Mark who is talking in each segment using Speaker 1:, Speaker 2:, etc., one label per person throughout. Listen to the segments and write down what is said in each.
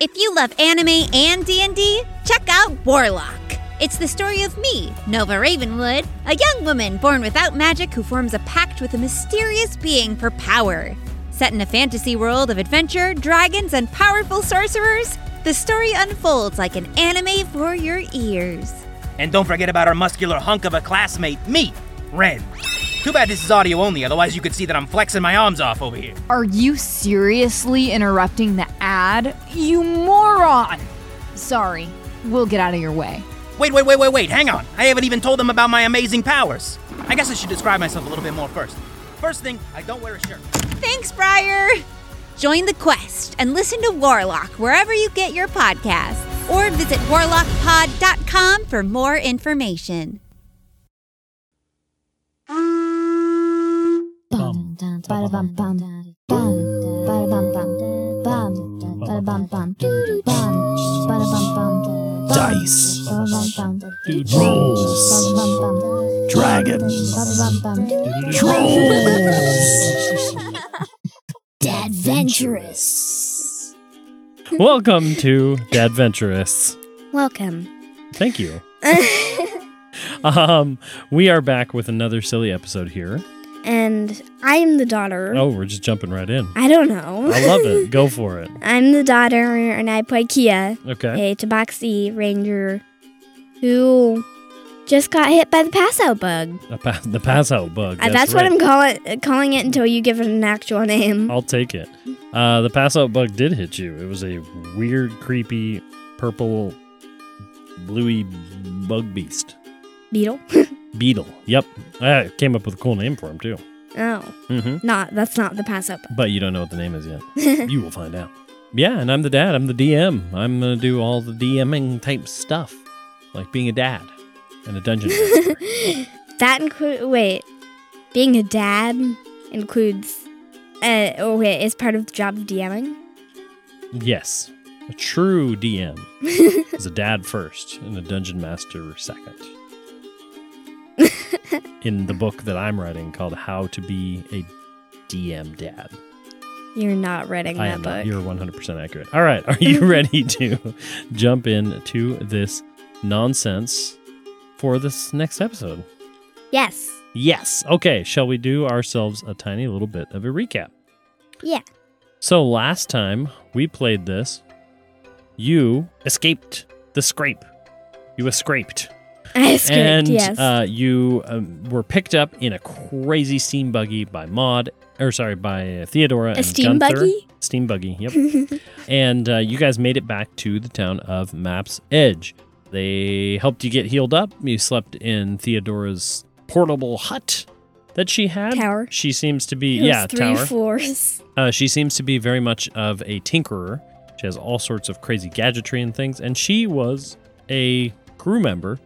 Speaker 1: If you love anime and D&D, check out Warlock. It's the story of me, Nova Ravenwood, a young woman born without magic who forms a pact with a mysterious being for power. Set in a fantasy world of adventure, dragons, and powerful sorcerers, the story unfolds like an anime for your ears.
Speaker 2: And don't forget about our muscular hunk of a classmate, me, Ren. Too bad this is audio only, otherwise, you could see that I'm flexing my arms off over here.
Speaker 3: Are you seriously interrupting the ad? You moron! Sorry, we'll get out of your way.
Speaker 2: Wait, wait, wait, wait, wait, hang on. I haven't even told them about my amazing powers. I guess I should describe myself a little bit more first. First thing, I don't wear a shirt.
Speaker 1: Thanks, Briar! Join the quest and listen to Warlock wherever you get your podcasts or visit warlockpod.com for more information.
Speaker 4: dice, rolls, dragons, trolls.
Speaker 5: Dadventurous.
Speaker 6: Welcome to Dadventurous.
Speaker 5: Welcome.
Speaker 6: Thank you. Um, we are back with another silly episode here.
Speaker 5: and I am the daughter.
Speaker 6: Oh, we're just jumping right in.
Speaker 5: I don't know.
Speaker 6: I love it. Go for it.
Speaker 5: I'm the daughter, and I play Kia,
Speaker 6: Okay.
Speaker 5: a Tabaxi ranger who just got hit by the pass out bug.
Speaker 6: The, pa- the pass out bug.
Speaker 5: Uh, That's, what I'm call it, calling it until you give it an actual name.
Speaker 6: I'll take it. Uh, the pass out bug did hit you. It was a weird, creepy, purple, bluey bug beast.
Speaker 5: Beetle?
Speaker 6: Beetle. Yep. I came up with a cool name for him, too.
Speaker 5: Oh,
Speaker 6: Mm-hmm.
Speaker 5: not. That's not the pass out bug.
Speaker 6: But you don't know what the name is yet. you will find out. Yeah, and I'm the dad. I'm the DM. I'm going to do all the DMing type stuff, like being a dad and a dungeon master.
Speaker 5: That include wait, being a dad includes. Uh, oh wait, is part of the job of DMing.
Speaker 6: yes, a true DM is a dad first and a dungeon master second. In the book that I'm writing called How to Be a DM Dad.
Speaker 5: You're not reading
Speaker 6: I
Speaker 5: that
Speaker 6: am
Speaker 5: book.
Speaker 6: not. You're 100% accurate. All right. Are you ready to jump in to this nonsense for this next episode?
Speaker 5: yes.
Speaker 6: Yes. Okay. Shall we do ourselves a tiny little bit of a recap?
Speaker 5: Yeah.
Speaker 6: So last time we played this, you escaped the scrape. You escaped.
Speaker 5: I escaped.
Speaker 6: and
Speaker 5: yes.
Speaker 6: uh, you um, were picked up in a crazy steam buggy by Maud, or sorry, by Theodora
Speaker 5: A
Speaker 6: and
Speaker 5: steam
Speaker 6: Gunther.
Speaker 5: buggy?
Speaker 6: Steam buggy. Yep. and uh, you guys made it back to the town of Map's Edge. They helped you get healed up. You slept in Theodora's portable hut that she had.
Speaker 5: Tower.
Speaker 6: She seems to be
Speaker 5: It was
Speaker 6: yeah
Speaker 5: three
Speaker 6: tower.
Speaker 5: floors.
Speaker 6: Uh, she seems to be very much of a tinkerer. She has all sorts of crazy gadgetry and things, and she was a crew member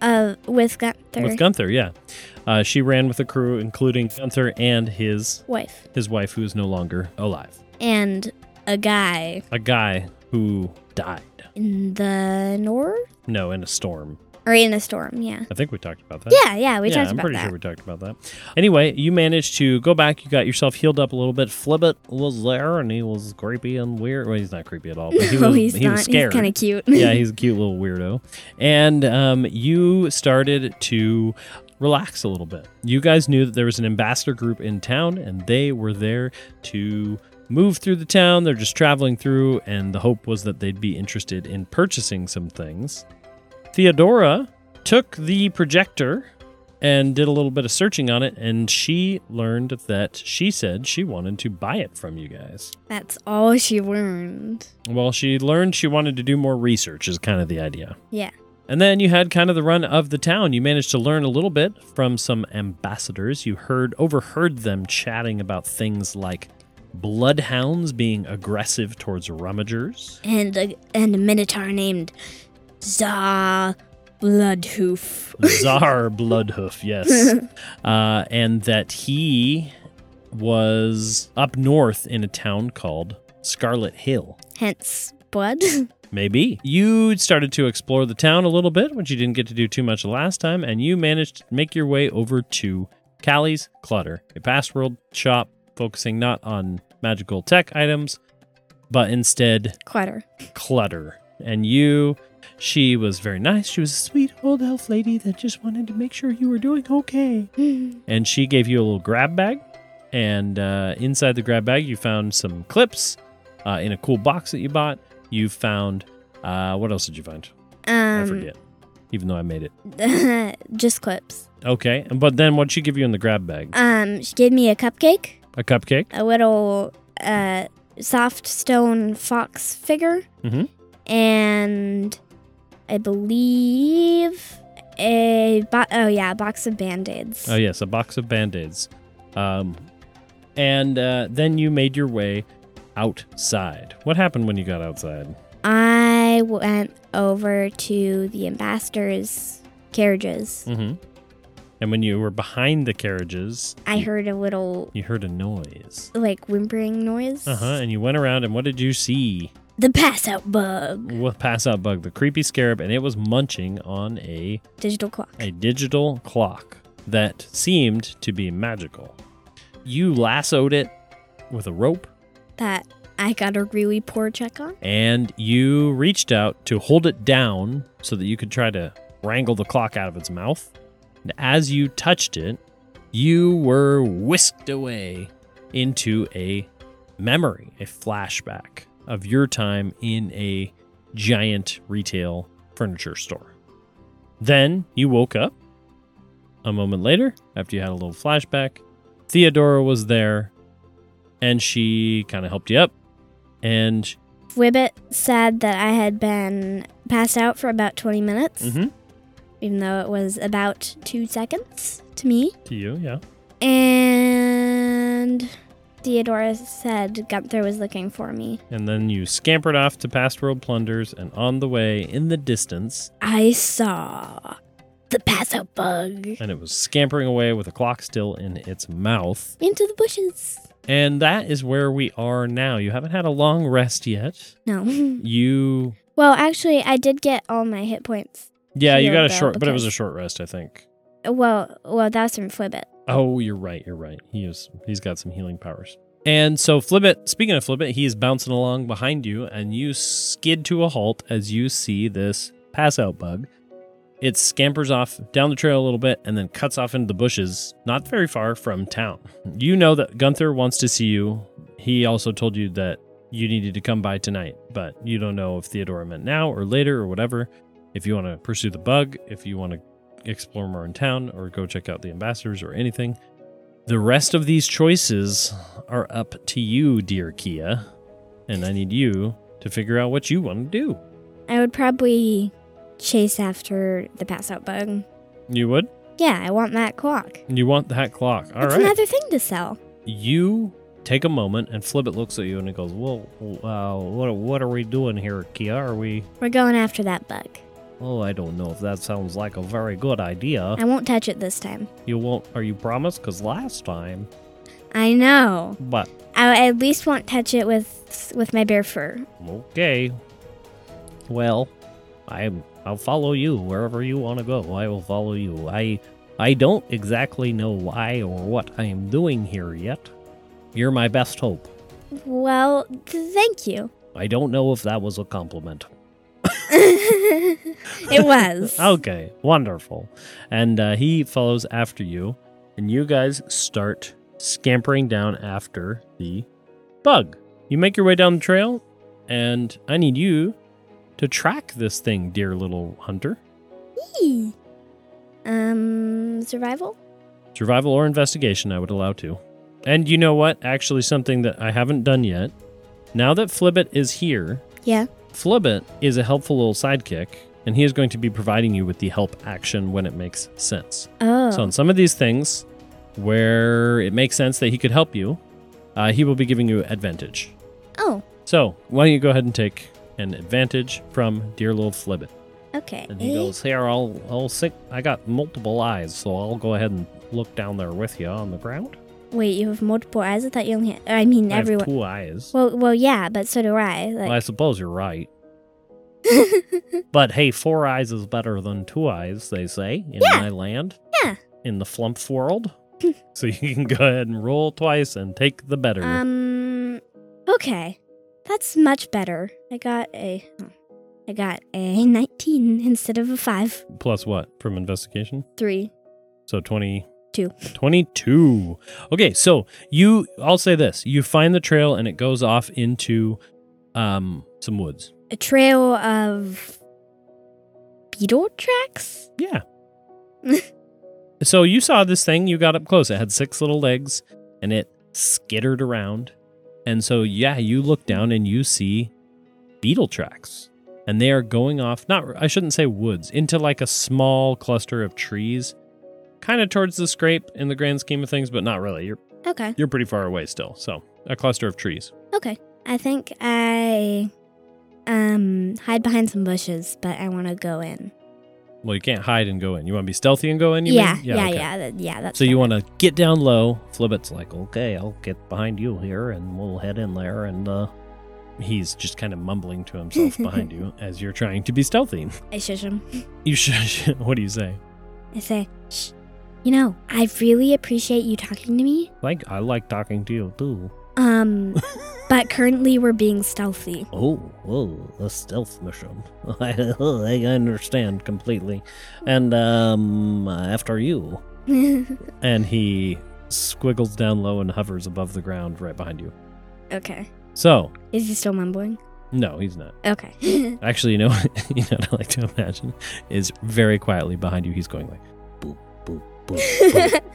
Speaker 5: Uh, with Gunther.
Speaker 6: with Gunther. Yeah, uh, she ran with the crew, including Gunther and his
Speaker 5: wife
Speaker 6: his wife, who is no longer alive.
Speaker 5: and a guy
Speaker 6: A guy who died.
Speaker 5: in the north
Speaker 6: No, in a storm.
Speaker 5: or in a storm. Yeah.
Speaker 6: I think we talked about that.
Speaker 5: Yeah, yeah. We
Speaker 6: yeah,
Speaker 5: talked
Speaker 6: I'm
Speaker 5: about
Speaker 6: pretty
Speaker 5: that.
Speaker 6: sure we talked about that. Anyway, you managed to go back. You got yourself healed up a little bit. Flibbit was there, and he was creepy and weird. Well, he's not creepy at all. But he
Speaker 5: no,
Speaker 6: was,
Speaker 5: Oh, he's
Speaker 6: he
Speaker 5: not.
Speaker 6: was scared.
Speaker 5: He's kind of cute.
Speaker 6: yeah, he's a cute little weirdo. And um, you started to relax a little bit. You guys knew that there was an ambassador group in town, and they were there to move through the town. They're just traveling through, and the hope was that they'd be interested in purchasing some things. Theodora took the projector and did a little bit of searching on it, and she learned that she said she wanted to buy it from you guys.
Speaker 5: That's all she learned.
Speaker 6: Well, she learned she wanted to do more research, is kind of the idea.
Speaker 5: Yeah.
Speaker 6: And then you had kind of the run of the town. You managed to learn a little bit from some ambassadors. You heard overheard them chatting about things like bloodhounds being aggressive towards rummagers.
Speaker 5: And a and a minotaur named Za Bloodhoof.
Speaker 6: Czar Bloodhoof, yes. Uh, and that he was up north in a town called Scarlet Hill.
Speaker 5: Hence blood.
Speaker 6: Maybe. You started to explore the town a little bit, which you didn't get to do too much last time, and you managed to make your way over to Callie's Clutter, a past world shop focusing not on magical tech items, but instead
Speaker 5: Clutter.
Speaker 6: clutter. And you, she was very nice. She was a sweet old elf lady that just wanted to make sure you were doing okay. And she gave you a little grab bag. And uh, inside the grab bag, you found some clips uh, in a cool box that you bought. You found, uh, what else did you find? I
Speaker 5: Um,
Speaker 6: forget, even though I made it.
Speaker 5: just clips.
Speaker 6: Okay. But then what'd she give you in the grab bag?
Speaker 5: Um, she gave me a cupcake,
Speaker 6: A cupcake?
Speaker 5: a little uh, soft stone fox figure,
Speaker 6: Mhm.
Speaker 5: and I believe a bo- oh yeah, a box of band aids.
Speaker 6: Oh, yes, a box of band aids. Um, and uh, then you made your way outside. What happened when you got outside?
Speaker 5: I went over to the ambassador's carriages.
Speaker 6: Mm-hmm. And when you were behind the carriages,
Speaker 5: I heard a little
Speaker 6: you heard a noise.
Speaker 5: like whimpering noise.
Speaker 6: Uh huh. And you went around, and what did you see?
Speaker 5: The pass out bug.
Speaker 6: What pass out bug? The creepy scarab, and it was munching on a
Speaker 5: Digital clock.
Speaker 6: a digital clock that seemed to be magical. You lassoed it with a rope,
Speaker 5: that I got a really poor check on.
Speaker 6: and you reached out to hold it down so that you could try to wrangle the clock out of its mouth. And as you touched it, you were whisked away into a memory, a flashback of your time in a giant retail furniture store. Then you woke up. A moment later, after you had a little flashback, Theodora was there and she kind of helped you up. And
Speaker 5: Wibbit said that I had been passed out for about 20 minutes,
Speaker 6: Mhm.
Speaker 5: even though it was about two seconds to me.
Speaker 6: To you, yeah.
Speaker 5: And Theodora said Gunther was looking for me.
Speaker 6: And then you scampered off to past world plunders, and on the way, in the distance,
Speaker 5: I saw the pass out bug
Speaker 6: and it was scampering away with a clock still in its mouth.
Speaker 5: into the bushes.
Speaker 6: And that is where we are now. You haven't had a long rest yet.
Speaker 5: No.
Speaker 6: You,
Speaker 5: well, actually, I did get all my hit points.
Speaker 6: yeah, you
Speaker 5: Healed
Speaker 6: got a
Speaker 5: though,
Speaker 6: short, but it was a
Speaker 5: because-
Speaker 6: short rest, I think.
Speaker 5: Well, well, that was from Flibbit.
Speaker 6: Oh, you're right. You're right. He is. He's got some healing powers. And so Flibbit, speaking of Flibbit, he is bouncing along behind you, and you skid to a halt as you see this pass out bug. It scampers off down the trail a little bit and then cuts off into the bushes, not very far from town. You know that Gunther wants to see you. He also told you that you needed to come by tonight, but you don't know if Theodora meant now or later or whatever. If you want to pursue the bug, if you want to explore more in town or go check out the ambassadors or anything. The rest of these choices are up to you, dear Kia, and I need you to figure out what you want to do.
Speaker 5: I would probably chase after the pass out bug.
Speaker 6: You would?
Speaker 5: Yeah, I want that clock.
Speaker 6: You want that clock. All right.
Speaker 5: It's another thing to sell.
Speaker 6: you take a moment and Flibbit looks at you and he goes, "Well, uh, what what are we doing here, Kia? Are we
Speaker 5: We're going after that bug.
Speaker 6: Oh, I don't know if that sounds like a very good idea.
Speaker 5: I won't touch it this time.
Speaker 6: You won't are you promised cuz last time,
Speaker 5: I know.
Speaker 6: but
Speaker 5: I at least won't touch it with with my bare fur.
Speaker 6: Okay. Well, I'm I'll follow you wherever you want to go. I will follow you. I I don't exactly know why or what I am doing here yet. You're my best hope.
Speaker 5: Well, th- thank you.
Speaker 6: I don't know if that was a compliment.
Speaker 5: it was.
Speaker 6: Okay, wonderful. And uh, he follows after you, and you guys start scampering down after the bug. You make your way down the trail, and I need you to track this thing, dear little hunter.
Speaker 5: Eee. Um, survival.
Speaker 6: Survival or investigation, I would allow to. And you know what? Actually, something that I haven't done yet. Now that Flibbit is here,
Speaker 5: Yeah.
Speaker 6: Flibbit is a helpful little sidekick, and he is going to be providing you with the help action when it makes sense.
Speaker 5: Oh.
Speaker 6: So, on some of these things where it makes sense that he could help you, uh, he will be giving you advantage.
Speaker 5: oh.
Speaker 6: So, why don't you go ahead and take an advantage from dear little Flibbit?
Speaker 5: Okay.
Speaker 6: And he goes, "Here, I'll, I'll sick. I got multiple eyes, so I'll go ahead and look down there with you on the ground.
Speaker 5: Eh? Wait, you have multiple eyes. I thought you only had. I mean,
Speaker 6: I have
Speaker 5: everyone.
Speaker 6: two eyes.
Speaker 5: Well, well, yeah, but so do I. Like,
Speaker 6: Well, I suppose you're right. but hey, four eyes is better than two eyes, they say in
Speaker 5: Yeah.
Speaker 6: my land.
Speaker 5: Yeah.
Speaker 6: In the flump world. so you can go ahead and roll twice and take the better.
Speaker 5: um. Okay. That's much better. I got a hmm. I got a 19 instead of a 5.
Speaker 6: Plus what from investigation?
Speaker 5: 3.
Speaker 6: So 20.
Speaker 5: Two.
Speaker 6: 22. Okay, so you, I'll say this. You find the trail and it goes off into um, some woods.
Speaker 5: A trail of beetle tracks?
Speaker 6: Yeah. so you saw this thing, you got up close. It had six little legs and it skittered around. And so, yeah, you look down and you see beetle tracks. And they are going off, not, I shouldn't say woods, into like a small cluster of trees, kind of towards the scrape in the grand scheme of things, but not really. You're,
Speaker 5: Okay.
Speaker 6: you're pretty far away still. So, a cluster of trees.
Speaker 5: Okay. I think I um hide behind some bushes, but I want to go in.
Speaker 6: Well, you can't hide and go in. You want to be stealthy and go in? You
Speaker 5: yeah,
Speaker 6: mean?
Speaker 5: yeah, yeah,
Speaker 6: okay.
Speaker 5: yeah, that, yeah. That's
Speaker 6: So you
Speaker 5: better.
Speaker 6: want to get down low. Flibbit's like, okay, I'll get behind you here, and we'll head in there. And uh, he's just kind of mumbling to himself behind you as you're trying to be stealthy.
Speaker 5: I shush him.
Speaker 6: You should. what do you say?
Speaker 5: I say, Shh, you know, I really appreciate you talking to me.
Speaker 6: Like, I like talking to you too.
Speaker 5: Um, but currently we're being stealthy.
Speaker 6: Oh, whoa, a stealth mission. I, I understand completely. And um, after you. And he squiggles down low and hovers above the ground right behind you.
Speaker 5: okay.
Speaker 6: So,
Speaker 5: Is he still mumbling?
Speaker 6: no, he's not.
Speaker 5: Okay.
Speaker 6: Actually, you know, you know what I like to imagine is very quietly behind you. He's going like boop boop boop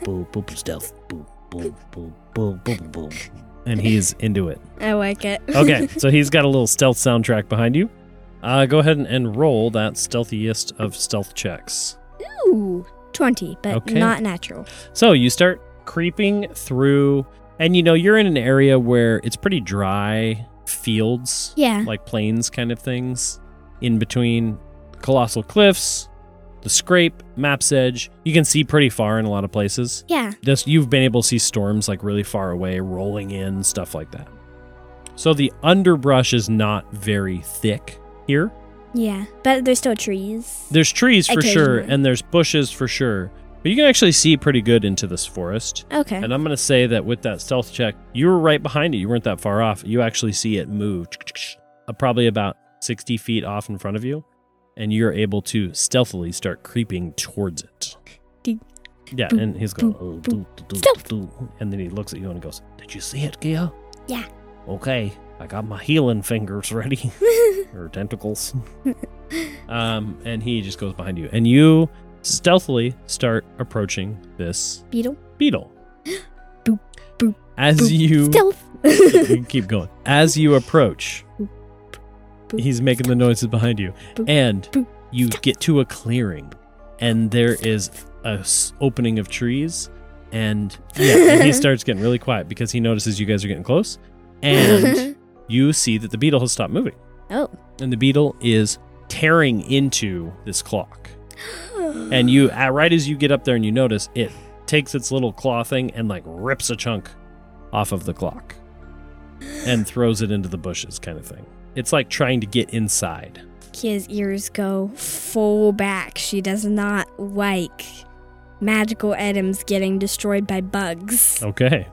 Speaker 6: boop boop boop stealth boop boop boop boop boop boop, and he's into it.
Speaker 5: I like it.
Speaker 6: Okay, so he's got a little stealth soundtrack behind you. Uh, go ahead and, and roll that stealthiest of stealth checks.
Speaker 5: Ooh, 20, but
Speaker 6: Okay.
Speaker 5: not natural.
Speaker 6: So you start creeping through, and you know you're in an area where it's pretty dry fields.
Speaker 5: Yeah.
Speaker 6: like plains kind of things in between colossal cliffs the scrape map's edge you can see pretty far in a lot of places
Speaker 5: Yeah.
Speaker 6: this you've been able to see storms like really far away rolling in stuff like that so the underbrush is not very thick here
Speaker 5: Yeah. But there's still trees.
Speaker 6: there's trees for sure
Speaker 5: Occasionally.
Speaker 6: and there's bushes for sure but you can actually see pretty good into this forest
Speaker 5: okay.
Speaker 6: and I'm going to say that with that stealth check, you were right behind it. You weren't that far off. You actually see it move uh, probably about 60 feet off in front of you. And you're able to stealthily start creeping towards it.
Speaker 5: Ding.
Speaker 6: Yeah,
Speaker 5: Boop,
Speaker 6: and he's going,
Speaker 5: boop,
Speaker 6: "Oh,
Speaker 5: boop.
Speaker 6: doo, doo,
Speaker 5: Stealth."
Speaker 6: doo, doo." and then he looks at you and goes, Did you see it, Gia?
Speaker 5: Yeah.
Speaker 6: Okay, I got my healing fingers ready, or tentacles. um, and he just goes behind you. And you stealthily start approaching this
Speaker 5: Beetle.
Speaker 6: beetle.
Speaker 5: Boop, boop,
Speaker 6: As
Speaker 5: boop.
Speaker 6: you
Speaker 5: Stealth.
Speaker 6: you can keep going. As you approach,
Speaker 5: boop,
Speaker 6: he's making the noises behind you,
Speaker 5: Boop,
Speaker 6: and
Speaker 5: boop,
Speaker 6: you get to a clearing, and there is a s- opening of trees, and yeah, and he starts getting really quiet because he notices you guys are getting close, and you see that the beetle has stopped moving,
Speaker 5: oh.
Speaker 6: and the beetle is tearing into this clock. And you, uh, right as you get up there and you notice, it takes its little claw thing and like rips a chunk off of the clock and throws it into the bushes, kind of thing. It's like trying to get inside.
Speaker 5: Kia's ears go full back. She does not like magical items getting destroyed by bugs.
Speaker 6: Okay.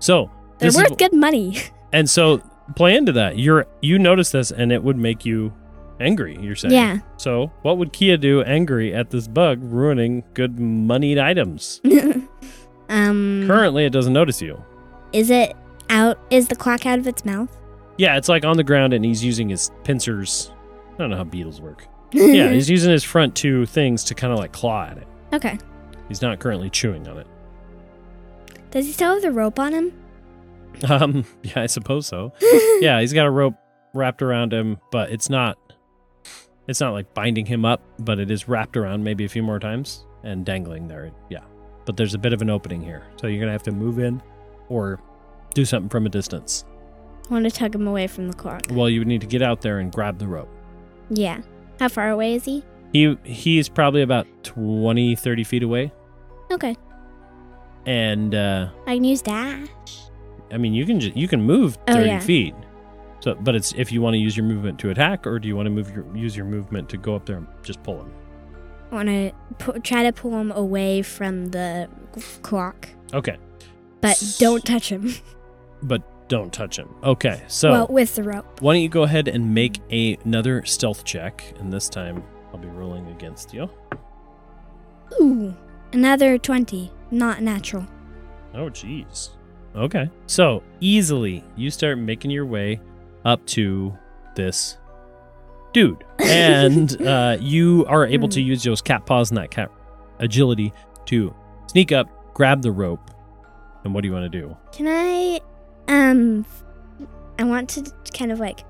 Speaker 6: So,
Speaker 5: They're
Speaker 6: Oh, this is-
Speaker 5: worth good money.
Speaker 6: and so play into that. You're, you notice this and it would make you angry, you're saying.
Speaker 5: Yeah.
Speaker 6: So, what would Kia do angry at this bug ruining good moneyed items?
Speaker 5: um
Speaker 6: Currently, it doesn't notice you.
Speaker 5: is it out is the clock out of its mouth?
Speaker 6: Yeah, it's like on the ground and he's using his pincers. I don't know how beetles work. Yeah, he's using his front two things to kind of like claw at it.
Speaker 5: okay.
Speaker 6: He's not currently chewing on it.
Speaker 5: Does he still have the rope on him?
Speaker 6: Um, yeah, I suppose so. yeah, he's got a rope wrapped around him, but it's not it's not like binding him up, but it is wrapped around maybe a few more times and dangling there. Yeah. But there's a bit of an opening here. So you're going to have to move in or do something from a distance.
Speaker 5: I want to tug him away from the clock.
Speaker 6: Well, you would need to get out there and grab the rope.
Speaker 5: Yeah. How far away is he?
Speaker 6: He he's probably about 20, 30 feet away.
Speaker 5: Okay.
Speaker 6: and uh,
Speaker 5: I can use dash.
Speaker 6: I mean you can ju- you can move
Speaker 5: Oh,
Speaker 6: thirty
Speaker 5: yeah.
Speaker 6: feet. So, but it's if you want to use your movement to attack, or do you want to move your use your movement to go up there and just pull him?
Speaker 5: I want to pu- try to pull him away from the clock,
Speaker 6: Okay,
Speaker 5: but don't touch him.
Speaker 6: but Don't touch him. Okay, so
Speaker 5: well, with the rope.
Speaker 6: why don't you go ahead and make a- another stealth check, and this time I'll be rolling against you.
Speaker 5: Ooh, another 20. Not natural.
Speaker 6: Oh, jeez. Okay. So easily, you start making your way up to this dude, and uh, you are able
Speaker 5: Hmm.
Speaker 6: to use those cat paws and that cat agility to sneak up, grab the rope, and what do you want to do?
Speaker 5: Can I, um, I want to kind of like,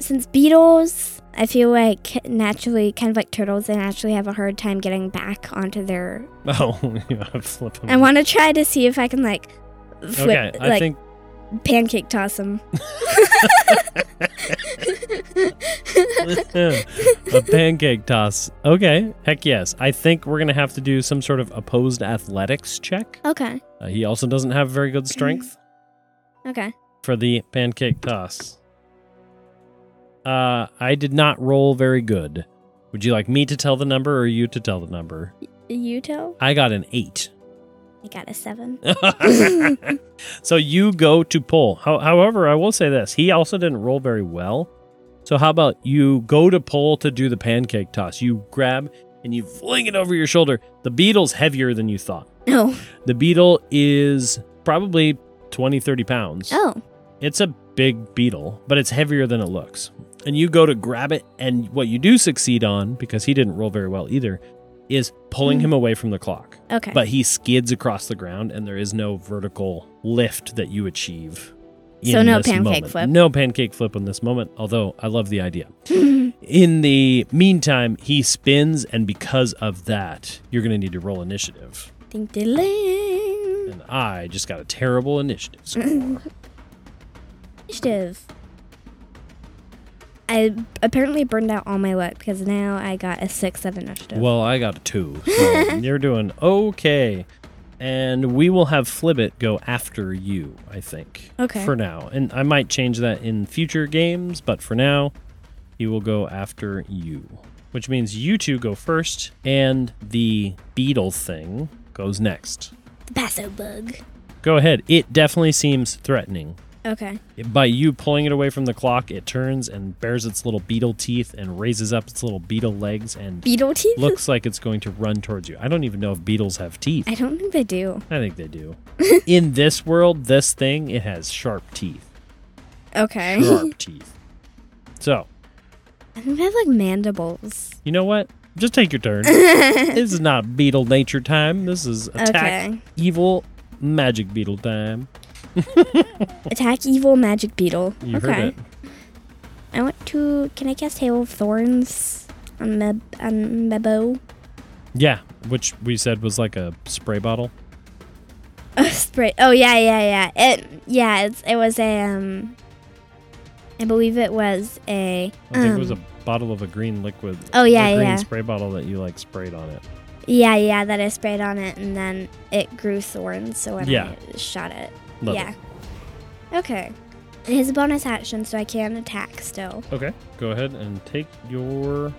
Speaker 5: since beetles, I feel like naturally, kind of like turtles, they naturally have a hard time getting back onto their.
Speaker 6: Oh, you want to flip him?
Speaker 5: I want to try to see if I can like,
Speaker 6: Hmm. Okay,
Speaker 5: flip,
Speaker 6: I
Speaker 5: like
Speaker 6: think
Speaker 5: pancake toss them.
Speaker 6: a pancake toss. Okay, heck yes. I think we're gonna have to do some sort of opposed athletics check.
Speaker 5: okay,
Speaker 6: Uh, he also doesn't have very good strength.
Speaker 5: okay.
Speaker 6: for the pancake toss. Uh, I did not roll very good. Would you like me to tell the number or you to tell the number?
Speaker 5: You tell?
Speaker 6: I got an eight.
Speaker 5: I got a seven.
Speaker 6: Uh, so you go to pull. How, however, I will say this he also didn't roll very well. So, how about you go to pull to do the pancake toss? You grab and you fling it over your shoulder. The beetle's heavier than you thought.
Speaker 5: No.
Speaker 6: The beetle is probably 20, 30 pounds.
Speaker 5: Oh.
Speaker 6: It's a big beetle, but it's heavier than it looks. And you go to grab it, and what you do succeed on, because he didn't roll very well either, is pulling him away from the clock.
Speaker 5: Hmm. Okay.
Speaker 6: But he skids across the ground, and there is no vertical lift that you achieve.
Speaker 5: So
Speaker 6: in
Speaker 5: no
Speaker 6: this
Speaker 5: pancake
Speaker 6: moment.
Speaker 5: flip.
Speaker 6: No pancake flip in this moment, although I love the idea. in the meantime, he spins, and because of that, you're going to need to roll initiative.
Speaker 5: Ding ding ding.
Speaker 6: And I just got a terrible initiative score.
Speaker 5: Initiative. I apparently burned out all my luck because now I got a six at initiative.
Speaker 6: Well, I got a two. So you're doing okay. And we will have Flibbit go after you, I think.
Speaker 5: Okay.
Speaker 6: For now. And I might change that in future games, but for now, he will go after you. Which means you two go first, and the beetle thing goes next.
Speaker 5: the basso bug.
Speaker 6: Go ahead. It definitely seems threatening.
Speaker 5: Okay.
Speaker 6: By you pulling it away from the clock, it turns and bares its little beetle teeth and raises up its little beetle legs and
Speaker 5: Beetle teeth?
Speaker 6: looks like it's going to run towards you. I don't even know if beetles have teeth.
Speaker 5: I don't think they do.
Speaker 6: I think they do. In this world, this thing, it has sharp teeth.
Speaker 5: Okay.
Speaker 6: Sharp teeth. So,
Speaker 5: I think they have like mandibles.
Speaker 6: you know what? Just take your turn. this is not beetle nature time. This is attack
Speaker 5: Okay.
Speaker 6: evil magic beetle time.
Speaker 5: Attack evil magic beetle.
Speaker 6: You
Speaker 5: okay.
Speaker 6: heard it.
Speaker 5: I want to. Can I cast Hail of Thorns on my on my bow?
Speaker 6: Yeah, which we said was like a spray bottle.
Speaker 5: Oh, spray. Oh yeah, yeah, yeah. It yeah. It's, it was a um. I believe it was a.
Speaker 6: I think it
Speaker 5: um,
Speaker 6: was a bottle of a green liquid.
Speaker 5: Oh, yeah,
Speaker 6: a green
Speaker 5: yeah.
Speaker 6: spray bottle that you like sprayed on it.
Speaker 5: Yeah, yeah, that I sprayed on it, and then it grew thorns. So when
Speaker 6: Yeah.
Speaker 5: I shot it,
Speaker 6: Love
Speaker 5: yeah. Okay, it is a bonus action, so I can attack still.
Speaker 6: Okay, go ahead and take your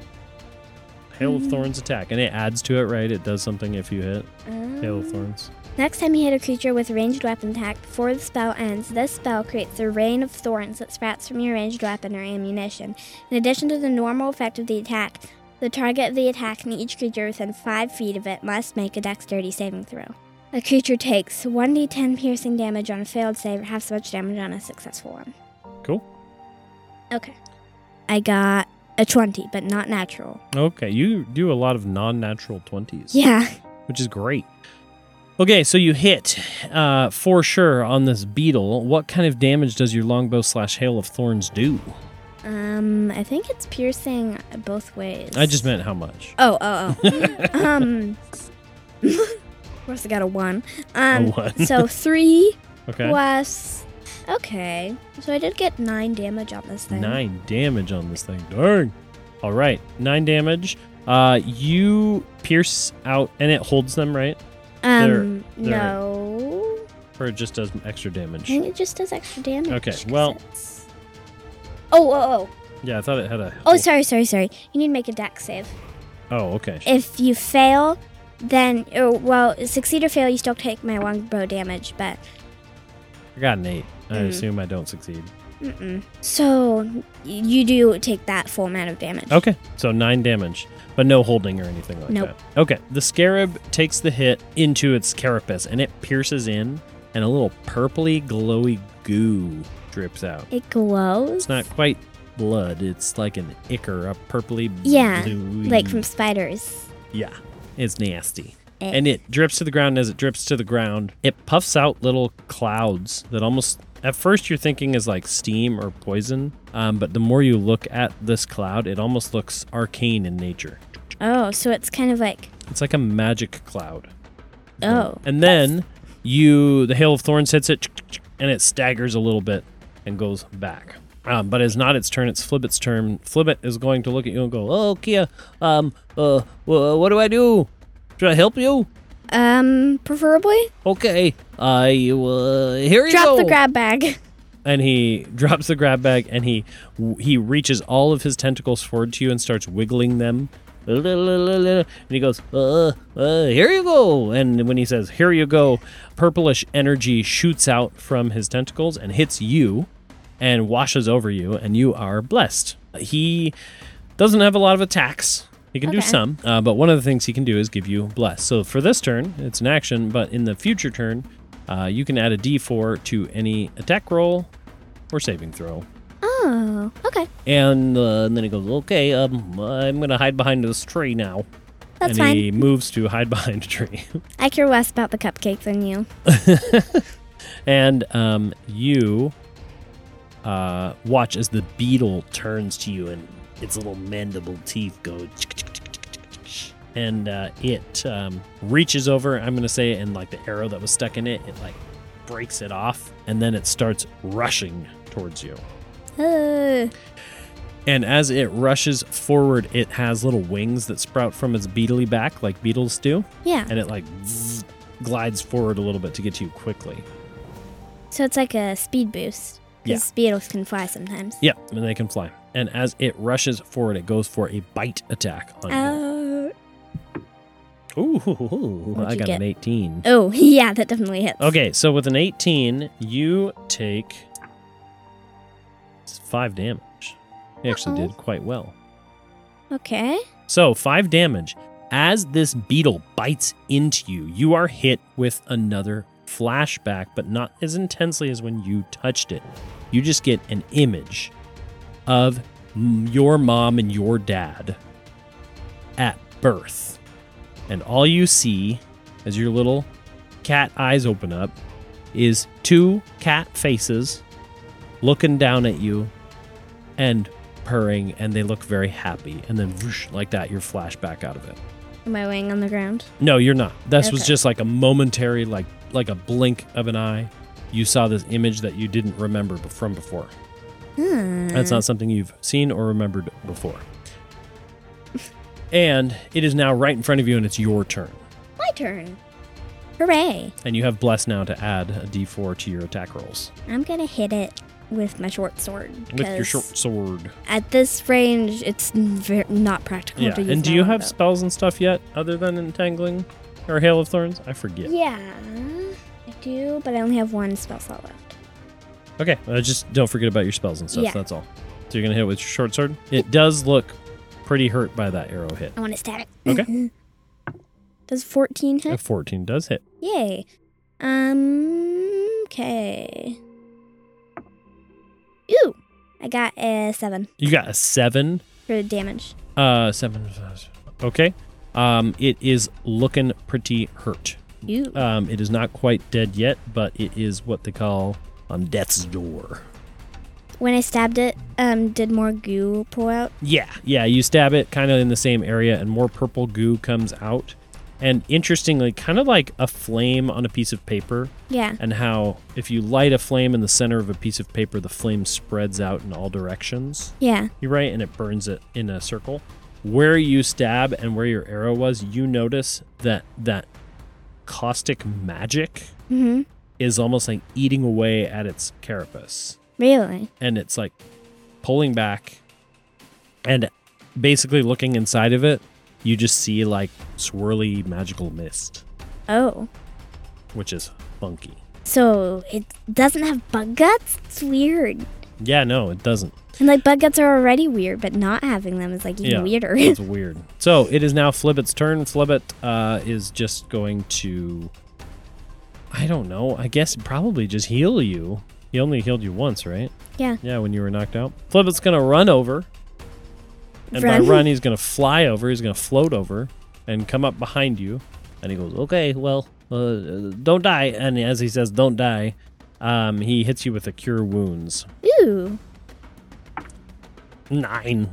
Speaker 6: Hail of Thorns attack. And it adds to it, right? It does something if you hit Hail of
Speaker 5: Um,
Speaker 6: Thorns.
Speaker 5: Next time you hit a creature with ranged weapon attack before the spell ends, this spell creates a rain of thorns that sprouts from your ranged weapon or ammunition. In addition to the normal effect of the attack, the target of the attack and each creature within 5 feet of it must make a dexterity saving throw. A creature takes 1d10 piercing damage on a failed save or half as much damage on a successful one.
Speaker 6: Cool.
Speaker 5: Okay. I got a 20, but not natural.
Speaker 6: Okay, you do a lot of non natural 20s,
Speaker 5: Yeah.
Speaker 6: which is great. Okay, so you hit uh, for sure on this beetle. What kind of damage does your longbow slash Hail of Thorns do?
Speaker 5: Um, I think it's piercing both ways.
Speaker 6: I just meant how much.
Speaker 5: Oh, oh, oh. um, of course I got a one. Um,
Speaker 6: one.
Speaker 5: so three
Speaker 6: Okay.
Speaker 5: plus. Okay, so I did get nine damage on this thing.
Speaker 6: Nine damage on this thing. Darn. All right, nine damage. Uh, you pierce out, and it holds them, right?
Speaker 5: Um,
Speaker 6: They're- they're-
Speaker 5: no,
Speaker 6: Or it just does extra
Speaker 5: I
Speaker 6: damage?
Speaker 5: think it just does extra damage.
Speaker 6: Okay,
Speaker 5: 'cause
Speaker 6: well-
Speaker 5: it's- Oh, oh, oh,
Speaker 6: Yeah, I thought it had a.
Speaker 5: oh! Sorry, sorry, sorry. You need to make a dex save.
Speaker 6: Oh, okay.
Speaker 5: If you fail, then or well, succeed or fail, you still take my longbow damage. But
Speaker 6: I got an eight. I I
Speaker 5: Hmm.
Speaker 6: assume I don't succeed.
Speaker 5: Mm-mm. So y- you do take that full amount of damage.
Speaker 6: Okay, so nine damage, but no holding or anything like
Speaker 5: Nope.
Speaker 6: that. Okay, the scarab takes the hit into its carapace and it pierces in, and a little purpley, glowy goo drips out.
Speaker 5: It glows.
Speaker 6: It's not quite blood, it's like an ichor, a purpley,
Speaker 5: Yeah,
Speaker 6: bluey-
Speaker 5: like from spiders.
Speaker 6: Yeah, it's nasty.
Speaker 5: Eh.
Speaker 6: And it drips to the ground. and As it drips to the ground, it puffs out little clouds that almost, at first, you're thinking is like steam or poison. Um, but the more you look at this cloud, it almost looks arcane in nature.
Speaker 5: Oh, so it's kind of like
Speaker 6: It's like a magic cloud.
Speaker 5: oh.
Speaker 6: And then you, the Hail of Thorns hits it, and it staggers a little bit and goes back. Um, but it's not its turn, it's Flibbit's turn. Flibbit is going to look at you and go, Oh, Kia, um, uh, wha what do I do? Should I help you?
Speaker 5: Um, preferably
Speaker 6: Okay, I, uh, here you
Speaker 5: drop
Speaker 6: go.
Speaker 5: the grab bag.
Speaker 6: and he drops the grab bag and he he reaches all of his tentacles forward to you and starts wiggling them and he goes uh, uh, here you go and when he says here you go purplish energy shoots out from his tentacles and hits you and washes over you and you are blessed he doesn't have a lot of attacks he can do
Speaker 5: Okay.
Speaker 6: some uh, but one of the things he can do is give you bless so for this turn it's an action but in the future turn uh, you can add a d4 to any attack roll or saving throw.
Speaker 5: Oh, okay,
Speaker 6: And, uh, and then he goes, okay, um, I'm going to hide behind this tree now.
Speaker 5: that's
Speaker 6: and
Speaker 5: fine.
Speaker 6: he moves to hide behind a tree.
Speaker 5: I care less about the cupcake than you.
Speaker 6: and um, you uh, watch as the beetle turns to you and its little mandible teeth go. And uh, it um, reaches over, I'm going to say, and like the arrow that was stuck in it, it like breaks it off. And then it starts rushing towards you.
Speaker 5: Uh,
Speaker 6: And as it rushes forward, it has little wings that sprout from its beetly back, like beetles do,
Speaker 5: yeah.
Speaker 6: and it like zzz, glides forward a little bit to get to you quickly.
Speaker 5: So it's like a speed boost.
Speaker 6: Yeah.
Speaker 5: Because beetles can fly sometimes.
Speaker 6: Yeah, and they can fly. And as it rushes forward, it goes for a bite attack on
Speaker 5: Oh.
Speaker 6: you. Ooh,
Speaker 5: What'd
Speaker 6: I
Speaker 5: you
Speaker 6: got
Speaker 5: get?
Speaker 6: an 18.
Speaker 5: Oh, yeah, that definitely hits.
Speaker 6: Okay, so with an 18, you take five damage. You actually
Speaker 5: Uh-oh.
Speaker 6: did quite well.
Speaker 5: Okay.
Speaker 6: So, five damage. As this beetle bites into you, you are hit with another flashback, but not as intensely as when you touched it. You just get an image of m- your mom and your dad at birth. And all you see as your little cat eyes open up is two cat faces looking down at you and purring and they look very happy and then whoosh, like that you're flashed back out of it
Speaker 5: Am I laying on the ground?
Speaker 6: no you're not this was
Speaker 5: Okay.
Speaker 6: just like a momentary like like a blink of an eye you saw this image that you didn't remember be- from before
Speaker 5: Hmm.
Speaker 6: that's not something you've seen or remembered before and it is now right in front of you and it's your turn
Speaker 5: My turn. Hooray.
Speaker 6: and you have bless now to add a d4 to your attack rolls
Speaker 5: I'm going to hit it with my short sword.
Speaker 6: with your
Speaker 5: 'cause
Speaker 6: short sword
Speaker 5: At this range, it's ver- not practical
Speaker 6: yeah
Speaker 5: to use
Speaker 6: and do
Speaker 5: my
Speaker 6: you have
Speaker 5: longbow.
Speaker 6: spells and stuff yet other than entangling or hail of thorns i forget
Speaker 5: Yeah. I do, but I only have one spell slot left.
Speaker 6: Okay, uh, just don't forget about your spells and stuff.
Speaker 5: Yeah.
Speaker 6: That's all. So you're gonna hit with your short sword. It does look pretty hurt by that arrow hit.
Speaker 5: I want to stab it.
Speaker 6: Okay,
Speaker 5: Does 14
Speaker 6: a
Speaker 5: hit?
Speaker 6: 14 does hit.
Speaker 5: Yay. Um, okay. Ooh, I got a seven
Speaker 6: You got a seven.
Speaker 5: for damage.
Speaker 6: Uh, seven. Okay. Um, it is looking pretty hurt.
Speaker 5: Ooh.
Speaker 6: Um, it is not quite dead yet, but it is what they call on death's door.
Speaker 5: When I stabbed it, um, did more goo pull out?
Speaker 6: Yeah, yeah. You stab it kind of in the same area, and more purple goo comes out. And interestingly, kind of like a flame on a piece of paper,
Speaker 5: Yeah.
Speaker 6: and how if you light a flame in the center of a piece of paper, the flame spreads out in all directions.
Speaker 5: Yeah.
Speaker 6: You're right, and it burns it in a circle. Where you stab and where your arrow was, you notice that that caustic magic
Speaker 5: Mm-hmm.
Speaker 6: is almost like eating away at its carapace,
Speaker 5: Really?
Speaker 6: and it's like pulling back, and basically looking inside of it, you just see like swirly magical mist,
Speaker 5: Oh.
Speaker 6: which is funky.
Speaker 5: So it doesn't have bug guts? It's weird.
Speaker 6: Yeah, no, it doesn't.
Speaker 5: And like bug guts are already weird, but not having them is like even
Speaker 6: yeah,
Speaker 5: weirder.
Speaker 6: It's weird. So it is now Flibbit's turn. Flibbit uh, is just going to, I don't know. I guess probably just heal you. He only healed you once, right?
Speaker 5: Yeah.
Speaker 6: Yeah, when you were knocked out. Flibbit's gonna run over, and
Speaker 5: Run?
Speaker 6: by run he's gonna fly over. He's gonna float over and come up behind you, and he goes, "Okay, well, uh, don't die." And as he says, "Don't die," um, he hits you with a cure wounds.
Speaker 5: Ooh.
Speaker 6: Nine.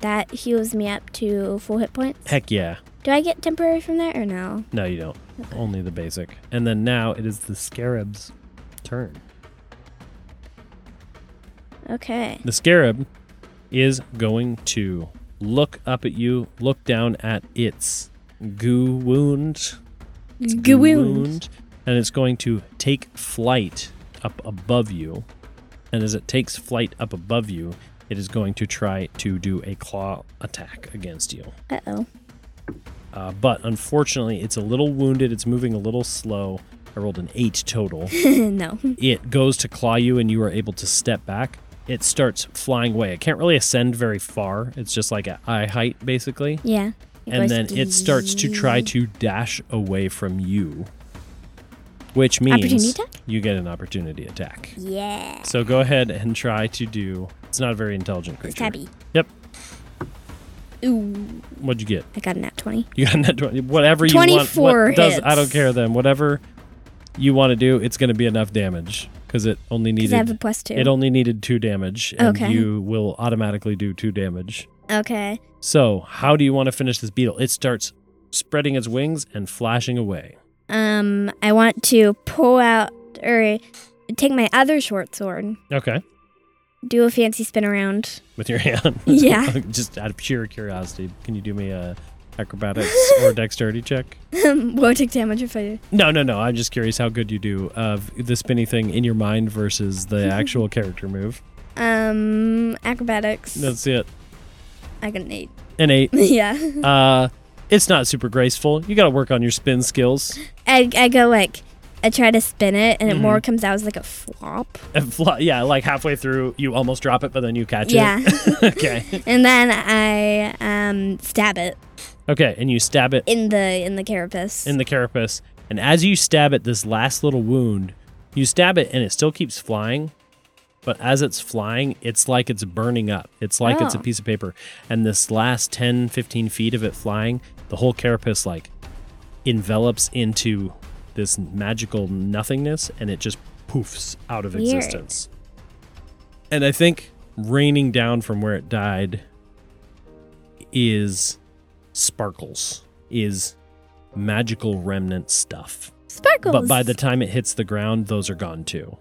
Speaker 5: That heals me up to full hit points.
Speaker 6: Heck yeah.
Speaker 5: Do I get temporary from that or no?
Speaker 6: No, you don't. Only the basic. And then now it is the scarab's turn.
Speaker 5: Okay.
Speaker 6: The scarab is going to look up at you, look down at its goo wound. Its
Speaker 5: goo wound.
Speaker 6: And it's going to take flight up above you. And as it takes flight up above you, it is going to try to do a claw attack against you.
Speaker 5: Uh oh.
Speaker 6: Uh, but unfortunately, it's a little wounded. It's moving a little slow. I rolled an eight total.
Speaker 5: no.
Speaker 6: it goes to claw you and you are able to step back, it starts flying away. It can't really ascend very far. It's just like at eye height, basically.
Speaker 5: Yeah.
Speaker 6: And then it starts to try to dash away from you, which
Speaker 5: Opportunity
Speaker 6: means
Speaker 5: attack?
Speaker 6: you get an opportunity attack.
Speaker 5: Yeah.
Speaker 6: So go ahead and try to do. It's not a very intelligent creature.
Speaker 5: Stabby.
Speaker 6: Yep.
Speaker 5: Ooh.
Speaker 6: What'd you get?
Speaker 5: I got a nat 20.
Speaker 6: You got a net 20, whatever you want.
Speaker 5: 24
Speaker 6: What does, I
Speaker 5: hits.
Speaker 6: don't care then. Whatever you want to do, it's going to be enough damage because it only
Speaker 5: Because I have a
Speaker 6: needed
Speaker 5: plus two.
Speaker 6: it only needed two damage, and
Speaker 5: Okay.
Speaker 6: you will automatically do two damage.
Speaker 5: okay.
Speaker 6: So, how do you want to finish this beetle? It starts spreading its wings and flashing away.
Speaker 5: Um, I want to pull out or take my other short sword,
Speaker 6: Okay,
Speaker 5: do a fancy spin around.
Speaker 6: with your hand.
Speaker 5: Yeah.
Speaker 6: Just out of pure curiosity, can you do me a acrobatics or dexterity check?
Speaker 5: Won't take damage if I.
Speaker 6: No, no, no. I'm just curious how good you do of the spinny thing in your mind versus the actual character move.
Speaker 5: Um, acrobatics.
Speaker 6: That's it.
Speaker 5: I got an eight.
Speaker 6: An eight.
Speaker 5: yeah.
Speaker 6: Uh, it's not super graceful. You got to work on your spin skills.
Speaker 5: I, I go like, I try to spin it and it more
Speaker 6: Mm-hmm.
Speaker 5: comes out as like a flop.
Speaker 6: And fly, yeah, like halfway through, you almost drop it, but then you catch
Speaker 5: Yeah.
Speaker 6: it. okay.
Speaker 5: and then I um stab it
Speaker 6: Okay, and you stab it
Speaker 5: in the in the carapace.
Speaker 6: in the carapace. And as you stab it, this last little wound, you stab it and it still keeps flying. But as it's flying, it's like it's burning up. It's like it's a
Speaker 5: Oh.
Speaker 6: piece of paper. And this last 10, 15 feet of it flying, the whole carapace like envelops into this magical nothingness and it just poofs out of
Speaker 5: Weird.
Speaker 6: existence. And I think raining down from where it died is sparkles, is magical remnant stuff.
Speaker 5: Sparkles.
Speaker 6: But by the time it hits the ground, those are gone too.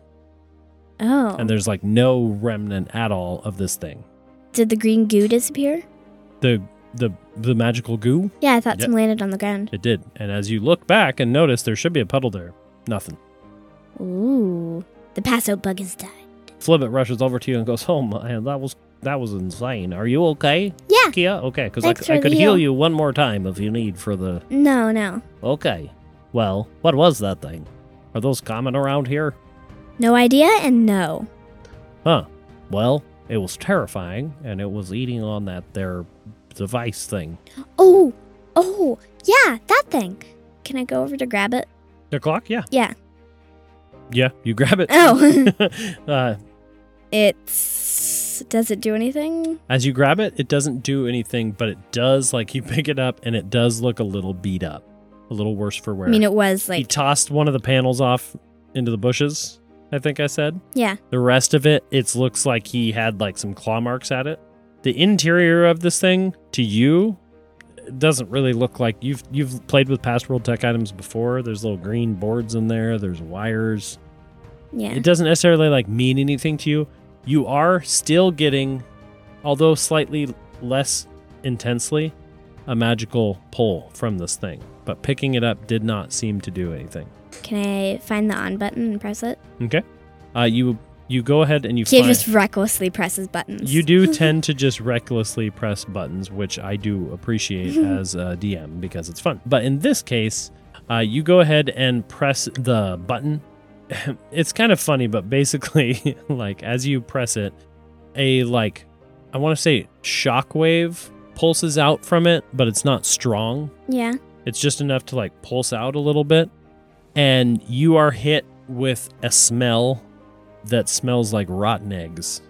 Speaker 5: oh,
Speaker 6: And there's like no remnant at all of this thing.
Speaker 5: did the green goo disappear?
Speaker 6: The the the magical goo,
Speaker 5: Yeah, I thought
Speaker 6: Yeah.
Speaker 5: some landed on the ground.
Speaker 6: it did. And as you look back and notice there should be a puddle there. Nothing.
Speaker 5: Ooh, the Paso bug has died.
Speaker 6: Flibbit rushes over to you and goes, "Oh man, that was that was insane. Are you okay,
Speaker 5: Yeah.
Speaker 6: Kia? Okay, because I,
Speaker 5: Thanks
Speaker 6: c- I
Speaker 5: for
Speaker 6: could
Speaker 5: the uh,
Speaker 6: heal.
Speaker 5: heal.
Speaker 6: you one more time if you need for the."
Speaker 5: No, no,
Speaker 6: Okay. Well, what was that thing? Are those common around here?
Speaker 5: no idea, and no.
Speaker 6: Huh. Well, it was terrifying, and it was eating on that their device thing.
Speaker 5: Oh, oh, yeah, that thing. Can I go over to grab it?
Speaker 6: The clock? Yeah.
Speaker 5: Yeah.
Speaker 6: Yeah, you grab it.
Speaker 5: Oh,
Speaker 6: uh,
Speaker 5: it's. Does it do anything?
Speaker 6: as you grab it, it doesn't do anything, but it does, like, you pick it up, and it does look a little beat up, a little worse for wear.
Speaker 5: I mean, it was
Speaker 6: he
Speaker 5: like.
Speaker 6: tossed one of the panels off into the bushes, I think I said.
Speaker 5: yeah.
Speaker 6: The rest of it, it looks like he had like some claw marks at it. The interior of this thing to you doesn't really look like you've you've played with past world tech items before. There's little green boards in there, there's wires.
Speaker 5: Yeah.
Speaker 6: It doesn't necessarily like mean anything to you. You are still getting although slightly less intensely a magical pull from this thing, but picking it up did not seem to do anything.
Speaker 5: Can I find the on button and press it?
Speaker 6: Okay? Uh you you go ahead and you
Speaker 5: Kid
Speaker 6: find-
Speaker 5: just recklessly presses buttons.
Speaker 6: You do tend to just recklessly press buttons, which I do appreciate as a DM because it's fun. But in this case, uh, you go ahead and press the button it's kind of funny, but basically, like as you press it, a like I want to say shockwave pulses out from it, but it's not strong.
Speaker 5: Yeah.
Speaker 6: It's just enough to like pulse out a little bit, and you are hit with a smell that smells like rotten eggs,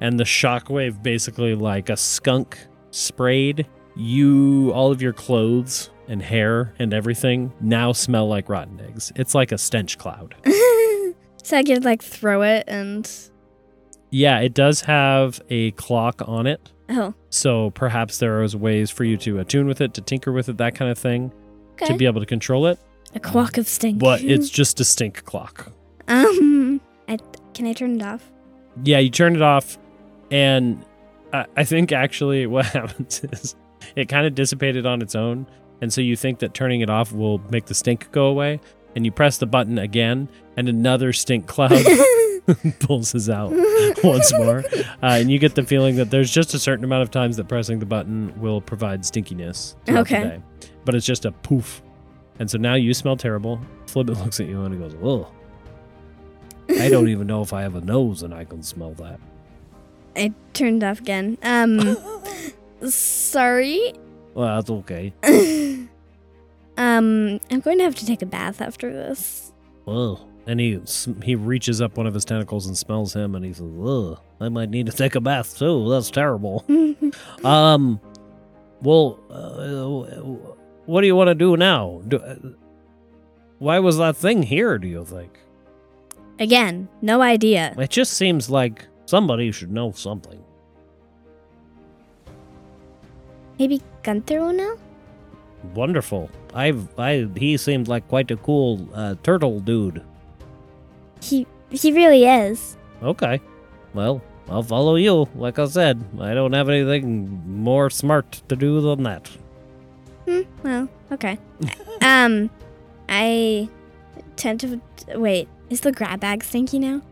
Speaker 6: and the shockwave basically like a skunk sprayed you all of your clothes and hair and everything now smell like rotten eggs. It's like a stench cloud.
Speaker 5: so I could like throw it and
Speaker 6: Yeah, it does have a clock on it.
Speaker 5: oh,
Speaker 6: So perhaps there is ways for you to attune with it, to tinker with it, that kind of thing,
Speaker 5: okay.
Speaker 6: to be able to control it.
Speaker 5: a clock of stink.
Speaker 6: But it's just a stink clock.
Speaker 5: um. I can I turn it off?
Speaker 6: Yeah, you turn it off, and I, I think actually what happens is it kind of dissipated on its own. And so you think that turning it off will make the stink go away. And you press the button again, and another stink cloud pulses out once more. Uh, and you get the feeling that there's just a certain amount of times that pressing the button will provide stinkiness. throughout the
Speaker 5: Okay.
Speaker 6: day. But it's just a poof. And so now you smell terrible. Flibbit looks at you and he goes, Ugh. I don't even know if I have a nose and I can smell that.
Speaker 5: I turned it off again. Um. sorry.
Speaker 6: Well, that's okay.
Speaker 5: um. I'm going to have to take a bath after this.
Speaker 6: Ugh. And he sm- he reaches up one of his tentacles and smells him and he says, Ugh, I might need to take a bath too. That's terrible. Um, well, uh, what do you want to do now? Do, uh, why was that thing here? Do you think?
Speaker 5: again, no idea.
Speaker 6: It just seems like somebody should know something.
Speaker 5: Maybe Gunther will know.
Speaker 6: Wonderful. I've I he seemed like quite a cool uh, turtle dude.
Speaker 5: He he really is.
Speaker 6: Okay, well I'll follow you. Like I said, I don't have anything more smart to do than that.
Speaker 5: Hmm. Well, okay. um, I tend to wait. Is the grab bag stinky now?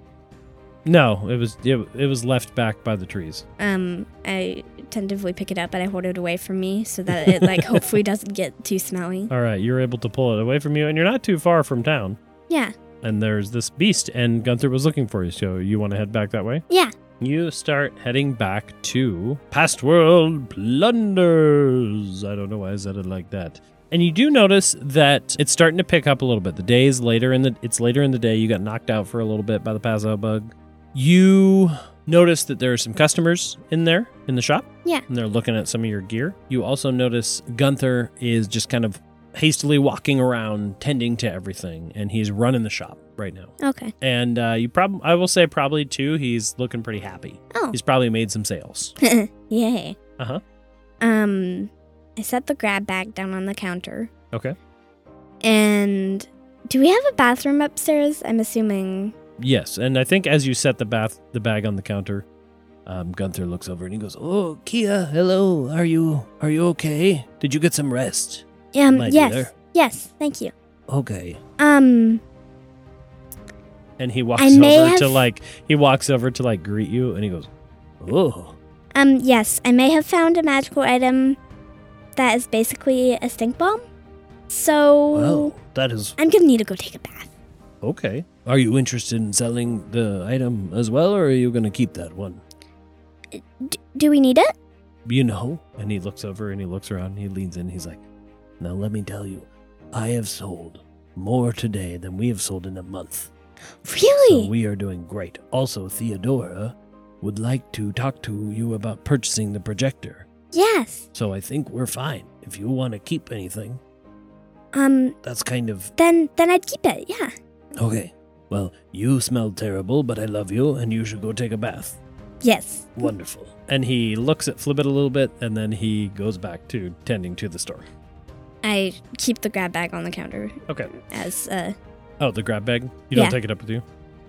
Speaker 6: No, it was it, it was left back by the trees.
Speaker 5: Um, I tentatively pick it up and I hold it away from me so that it like hopefully doesn't get too smelly.
Speaker 6: All right, you're able to pull it away from you, and you're not too far from town.
Speaker 5: Yeah.
Speaker 6: and there's this beast and Gunther was looking for you, so you want to head back that way?
Speaker 5: Yeah.
Speaker 6: You start heading back to Past World Plunders. I don't know why I said it like that. And you do notice that it's starting to pick up a little bit. The day is later in the it's later in the day. You got knocked out for a little bit by the Pazo bug. You notice that there are some customers in there in the shop.
Speaker 5: Yeah.
Speaker 6: And they're looking at some of your gear. You also notice Gunther is just kind of hastily walking around tending to everything and he's running the shop right now
Speaker 5: Okay.
Speaker 6: and uh, you probably i will say probably too he's looking pretty happy
Speaker 5: Oh.
Speaker 6: he's probably made some sales
Speaker 5: Yay.
Speaker 6: uh-huh
Speaker 5: Um, I set the grab bag down on the counter.
Speaker 6: okay
Speaker 5: And do we have a bathroom upstairs? I'm assuming.
Speaker 6: yes and i think as you set the bath the bag on the counter um, gunther looks over and he goes oh kia hello are you are you okay did you get some rest
Speaker 5: Um.
Speaker 6: My
Speaker 5: yes.
Speaker 6: dear.
Speaker 5: Yes. Thank you.
Speaker 6: okay
Speaker 5: Um.
Speaker 6: and he walks
Speaker 5: I may
Speaker 6: over to
Speaker 5: have-
Speaker 6: like he walks over to like greet you and he goes oh
Speaker 5: Um. Yes. I may have found a magical item that is basically a stink bomb. So
Speaker 6: well that is
Speaker 5: I'm gonna need to go take a bath.
Speaker 6: okay are you interested in selling the item as well or are you gonna keep that one
Speaker 5: D- do we need it?
Speaker 6: you know and he looks over and he looks around and he leans in and he's like now let me tell you i have sold more today than we have sold in a month
Speaker 5: Really?
Speaker 6: so we are doing great also theodora would like to talk to you about purchasing the projector
Speaker 5: yes.
Speaker 6: so i think we're fine if you want to keep anything
Speaker 5: Um.
Speaker 6: that's kind of
Speaker 5: Then then I'd keep it. Yeah.
Speaker 6: okay well you smell terrible but i love you and you should go take a bath
Speaker 5: Yes.
Speaker 6: wonderful and he looks at flibbit a little bit and then he goes back to tending to the store
Speaker 5: I keep the grab bag on the counter
Speaker 6: okay
Speaker 5: as uh
Speaker 6: Oh, the grab bag. You
Speaker 5: Yeah.
Speaker 6: don't take it up with you.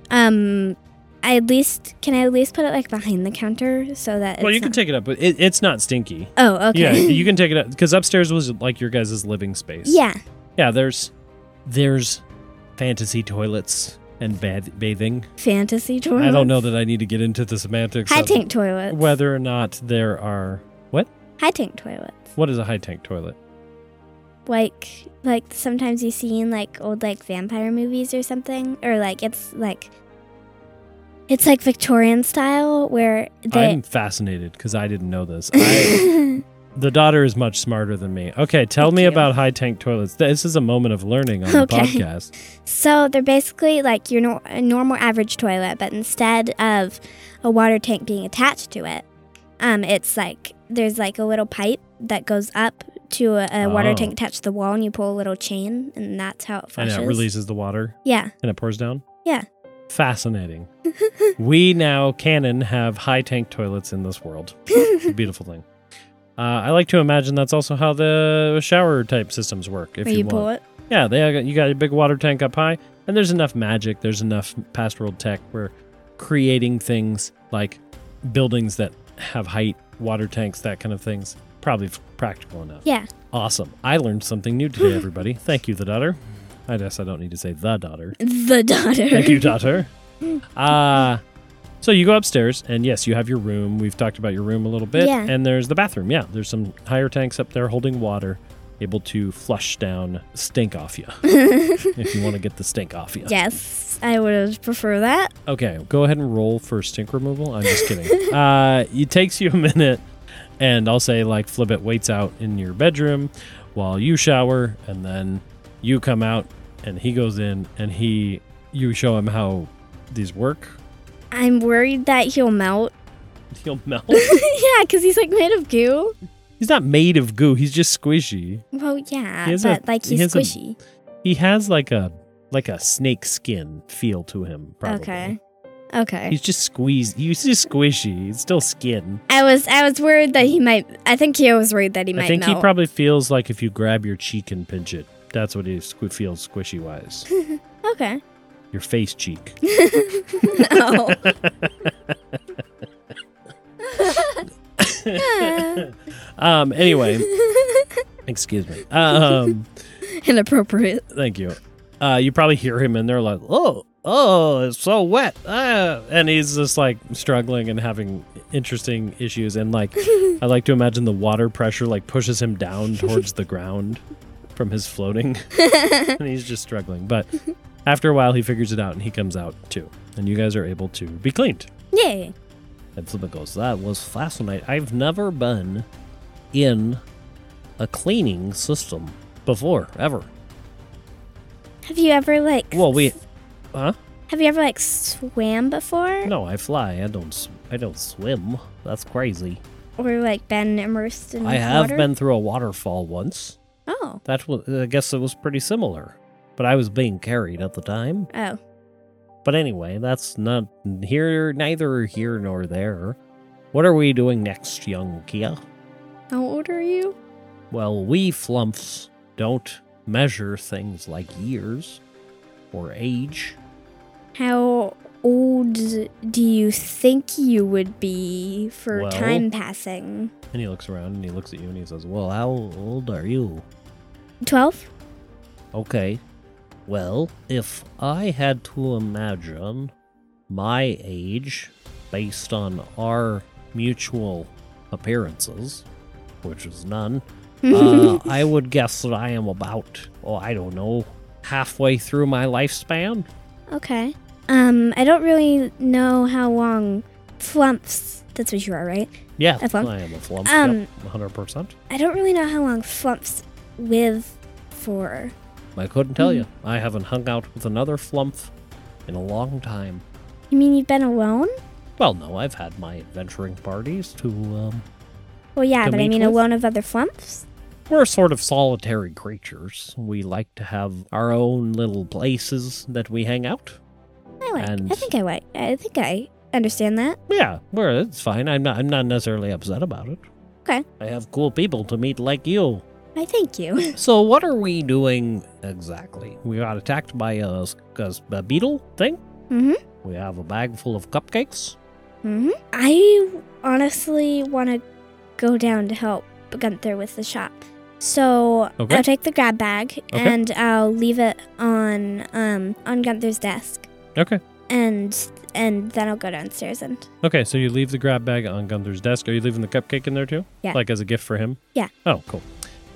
Speaker 5: um. I at least can I at least put it like behind the counter so that.
Speaker 6: well,
Speaker 5: it's
Speaker 6: you can
Speaker 5: not-
Speaker 6: take it up, but it, it's not stinky.
Speaker 5: Oh. Okay.
Speaker 6: Yeah, you can take it up because upstairs was like your guys' living space.
Speaker 5: yeah.
Speaker 6: yeah. There's there's fantasy toilets and bath- bathing.
Speaker 5: Fantasy toilet.
Speaker 6: I don't know that I need to get into the semantics.
Speaker 5: High
Speaker 6: of
Speaker 5: tank toilet.
Speaker 6: Whether or not there are what
Speaker 5: High tank toilets.
Speaker 6: what is a high tank toilet?
Speaker 5: like like sometimes you see in like old like vampire movies or something, or like it's like it's like Victorian style where they.
Speaker 6: I'm fascinated because I didn't know this. I, the daughter is much smarter than me. Okay, tell
Speaker 3: Thank
Speaker 6: me
Speaker 3: you.
Speaker 6: about high tank toilets. This is a moment of learning on the
Speaker 5: Okay.
Speaker 6: podcast.
Speaker 5: So they're basically like your nor- a normal average toilet, but instead of a water tank being attached to it, um, it's like there's like a little pipe that goes up to a, a water
Speaker 6: Oh.
Speaker 5: tank attached to the wall, and you pull a little chain, and that's how it
Speaker 6: And
Speaker 5: flushes.
Speaker 6: it releases the water
Speaker 5: Yeah.
Speaker 6: and it pours down.
Speaker 5: Yeah.
Speaker 6: Fascinating. we now canon have high tank toilets in this world. It's a beautiful thing. Uh, I like to imagine that's also how the shower type systems work. If
Speaker 5: Where you,
Speaker 6: want.
Speaker 5: pull it.
Speaker 6: Yeah, they got- you got a big water tank up high, and there's enough magic, there's enough pastoral tech. We're creating things like buildings that have height, water tanks, that kind of things. Probably f- practical enough.
Speaker 5: Yeah.
Speaker 6: Awesome. I learned something new today, everybody. Thank you, the daughter. I guess I don't need to say the daughter.
Speaker 5: The daughter.
Speaker 6: Thank you, daughter. Uh, so you go upstairs, and yes, you have your room. We've talked about your room a little bit.
Speaker 5: Yeah.
Speaker 6: And there's the bathroom. Yeah, there's some higher tanks up there holding water, able to flush down stink off you if you want to get the stink off you.
Speaker 5: Yes, I would prefer that.
Speaker 6: Okay, go ahead and roll for stink removal. I'm just kidding. uh, it takes you a minute, and I'll say like Flibbit waits out in your bedroom while you shower, and then you come out, and he goes in, and he you show him how these work.
Speaker 5: I'm worried that he'll melt.
Speaker 6: He'll melt.
Speaker 5: yeah, because he's like made of goo.
Speaker 6: he's not made of goo. He's just squishy.
Speaker 5: Well, yeah,
Speaker 6: He has a-
Speaker 5: but like
Speaker 6: he
Speaker 5: he's
Speaker 6: has a-
Speaker 5: squishy.
Speaker 6: He has like a like a snake skin feel to him. Probably.
Speaker 5: Okay. Okay.
Speaker 6: He's just squeezed. He's just squishy. It's still skin.
Speaker 5: I was I was worried that he might. I think he was worried that he might
Speaker 6: I think
Speaker 5: melt.
Speaker 6: he probably feels like if you grab your cheek and pinch it, that's what he squ- feels squishy wise.
Speaker 5: okay. Oh,
Speaker 6: your face cheek.
Speaker 5: no.
Speaker 6: Um. Anyway, excuse me. Um.
Speaker 5: Inappropriate.
Speaker 6: Thank you. Uh. You probably hear him in there like, oh, oh, it's so wet. Ah. And he's just like struggling and having interesting issues. And like, I like to imagine the water pressure like pushes him down towards the ground from his floating, and he's just struggling. But after a while, he figures it out and he comes out too. And you guys are able to be cleaned.
Speaker 5: Yay.
Speaker 6: And Flipper goes, That was fascinating. I've never been in a cleaning system before, ever.
Speaker 5: Have you ever like?
Speaker 6: Well, we. Huh?
Speaker 5: Have you ever like swam before,
Speaker 6: No, I fly. I don't. s- I don't swim. That's crazy.
Speaker 5: or like been immersed in
Speaker 6: I have
Speaker 5: water?
Speaker 6: been through a waterfall once.
Speaker 5: Oh.
Speaker 6: That was. I guess it was pretty similar, but I was being carried at the time.
Speaker 5: Oh.
Speaker 6: But anyway, that's not here. Neither here nor there. What are we doing next, young Kia?
Speaker 5: How old are you?
Speaker 6: Well, we flumps don't measure things like years or age.
Speaker 5: How old do you think you would be for
Speaker 6: Well.
Speaker 5: time passing?
Speaker 6: And he looks around and he looks at you and he says, Well, how old are you?
Speaker 5: Twelve.
Speaker 6: Okay. Well, if I had to imagine my age based on our mutual appearances, which is none, uh, I would guess that I am about, oh, I don't know, halfway through my lifespan.
Speaker 5: Okay. Um, I don't really know how long flumps. That's what you are, right?
Speaker 6: Yeah,
Speaker 5: A flump?
Speaker 6: I am a flump.
Speaker 5: Um,
Speaker 6: yep, 100%.
Speaker 5: I don't really know how long flumps live for.
Speaker 6: I couldn't tell you.
Speaker 5: hmm.
Speaker 6: I haven't hung out with another flumph in a long time.
Speaker 5: You mean you've been alone?
Speaker 6: Well, no, I've had my adventuring parties to. Um,
Speaker 5: Well, yeah,
Speaker 6: To
Speaker 5: but I
Speaker 6: meet
Speaker 5: mean
Speaker 6: with?
Speaker 5: alone with other flumps.
Speaker 6: we're sort of solitary creatures. We like to have our own little places that we hang out.
Speaker 5: I like.
Speaker 6: And-
Speaker 5: I think I like. I think I understand that.
Speaker 6: Yeah, well, it's fine. I'm not. I'm not necessarily upset about it.
Speaker 5: Okay.
Speaker 6: I have cool people to meet like you.
Speaker 5: I thank you.
Speaker 6: So, what are we doing exactly? We got attacked by a, a, a beetle thing.
Speaker 5: mhm.
Speaker 6: We have a bag full of cupcakes.
Speaker 5: Mhm. I honestly want to go down to help Gunther with the shop. So
Speaker 6: Okay.
Speaker 5: I'll take the grab bag
Speaker 6: Okay.
Speaker 5: and I'll leave it on um on Gunther's desk.
Speaker 6: Okay.
Speaker 5: and and then I'll go downstairs and
Speaker 6: Okay, so you leave the grab bag on Gunther's desk. Are you leaving the cupcake in there too?
Speaker 5: Yeah.
Speaker 6: Like as a gift for him?
Speaker 5: Yeah.
Speaker 6: Oh, cool.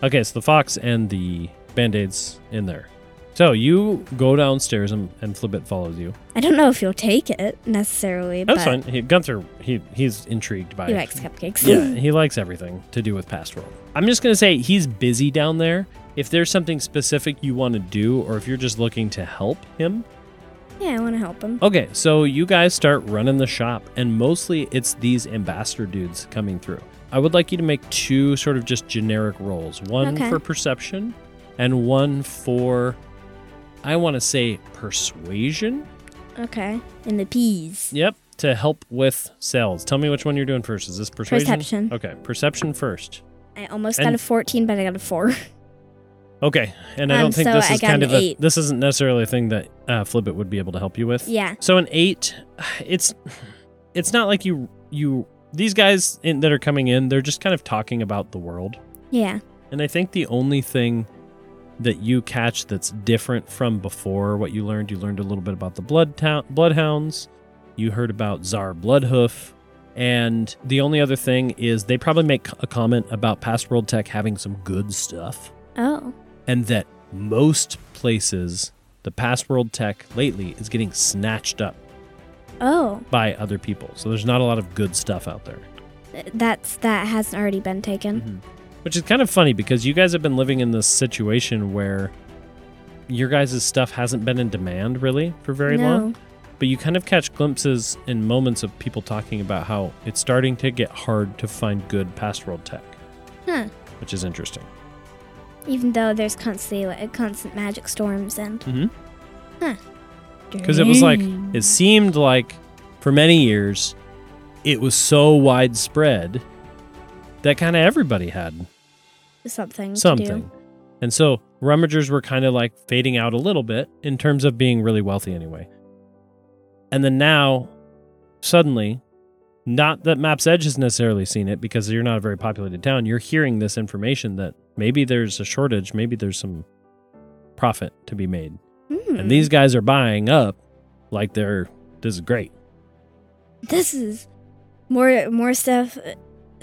Speaker 6: Okay, so the fox and the band aids in there. So you go downstairs and, and Flibbit follows you.
Speaker 5: I don't know if you'll take it necessarily,
Speaker 6: That's fine.
Speaker 5: but
Speaker 6: He, Gunther, he, he's intrigued by
Speaker 5: he likes cupcakes.
Speaker 6: Yeah, he likes everything to do with past world. I'm just going to say he's busy down there. If there's something specific you want to do, or if you're just looking to help him,
Speaker 5: yeah, I want to help him.
Speaker 6: Okay, so you guys start running the shop, and mostly it's these ambassador dudes coming through. I would like you to make two sort of just generic rolls one
Speaker 5: Okay.
Speaker 6: for perception, and one for, I want to say, persuasion.
Speaker 5: Okay. And the peas.
Speaker 6: Yep, to help with sales. Tell me which one you're doing first. Is this persuasion?
Speaker 5: Perception.
Speaker 6: Okay, perception first.
Speaker 5: I almost got
Speaker 6: And-
Speaker 5: a 14, but I got a 4.
Speaker 6: Okay, and I
Speaker 5: Um,
Speaker 6: don't think
Speaker 5: so
Speaker 6: this
Speaker 5: I
Speaker 6: is
Speaker 5: got
Speaker 6: kind
Speaker 5: an
Speaker 6: of a,
Speaker 5: eight.
Speaker 6: this isn't necessarily a thing that uh, Flibbit would be able to help you with.
Speaker 5: yeah.
Speaker 6: So an eight, it's it's not like you you these guys in, that are coming in, they're just kind of talking about the world.
Speaker 5: Yeah.
Speaker 6: And I think the only thing that you catch that's different from before what you learned, you learned a little bit about the blood town, bloodhounds. You heard about Czar Bloodhoof. And the only other thing is they probably make a comment about Past World Tech having some good stuff
Speaker 5: Oh.
Speaker 6: and that most places the past world tech lately is getting snatched up
Speaker 5: Oh.
Speaker 6: by other people. So there's not a lot of good stuff out there.
Speaker 5: Th- That's that hasn't already been taken.
Speaker 6: Mm-hmm. Which is kind of funny because you guys have been living in this situation where your guys' stuff hasn't been in demand really for very
Speaker 5: no.
Speaker 6: long. But you kind of catch glimpses and moments of people talking about how it's starting to get hard to find good past world tech,
Speaker 5: Huh.
Speaker 6: which is interesting.
Speaker 5: Even though there's constantly like, constant magic storms and
Speaker 6: because it was like it seemed like for many years it was so widespread that kind of everybody had
Speaker 5: something. to
Speaker 6: something
Speaker 5: do.
Speaker 6: and so rummagers were kind of like fading out a little bit in terms of being really wealthy anyway and then now suddenly not that maps edge has necessarily seen it because you're not a very populated town you're hearing this information that maybe there's a shortage maybe there's some profit to be made
Speaker 5: Hmm.
Speaker 6: and these guys are buying up like they're this is great
Speaker 5: This is more more stuff. Uh,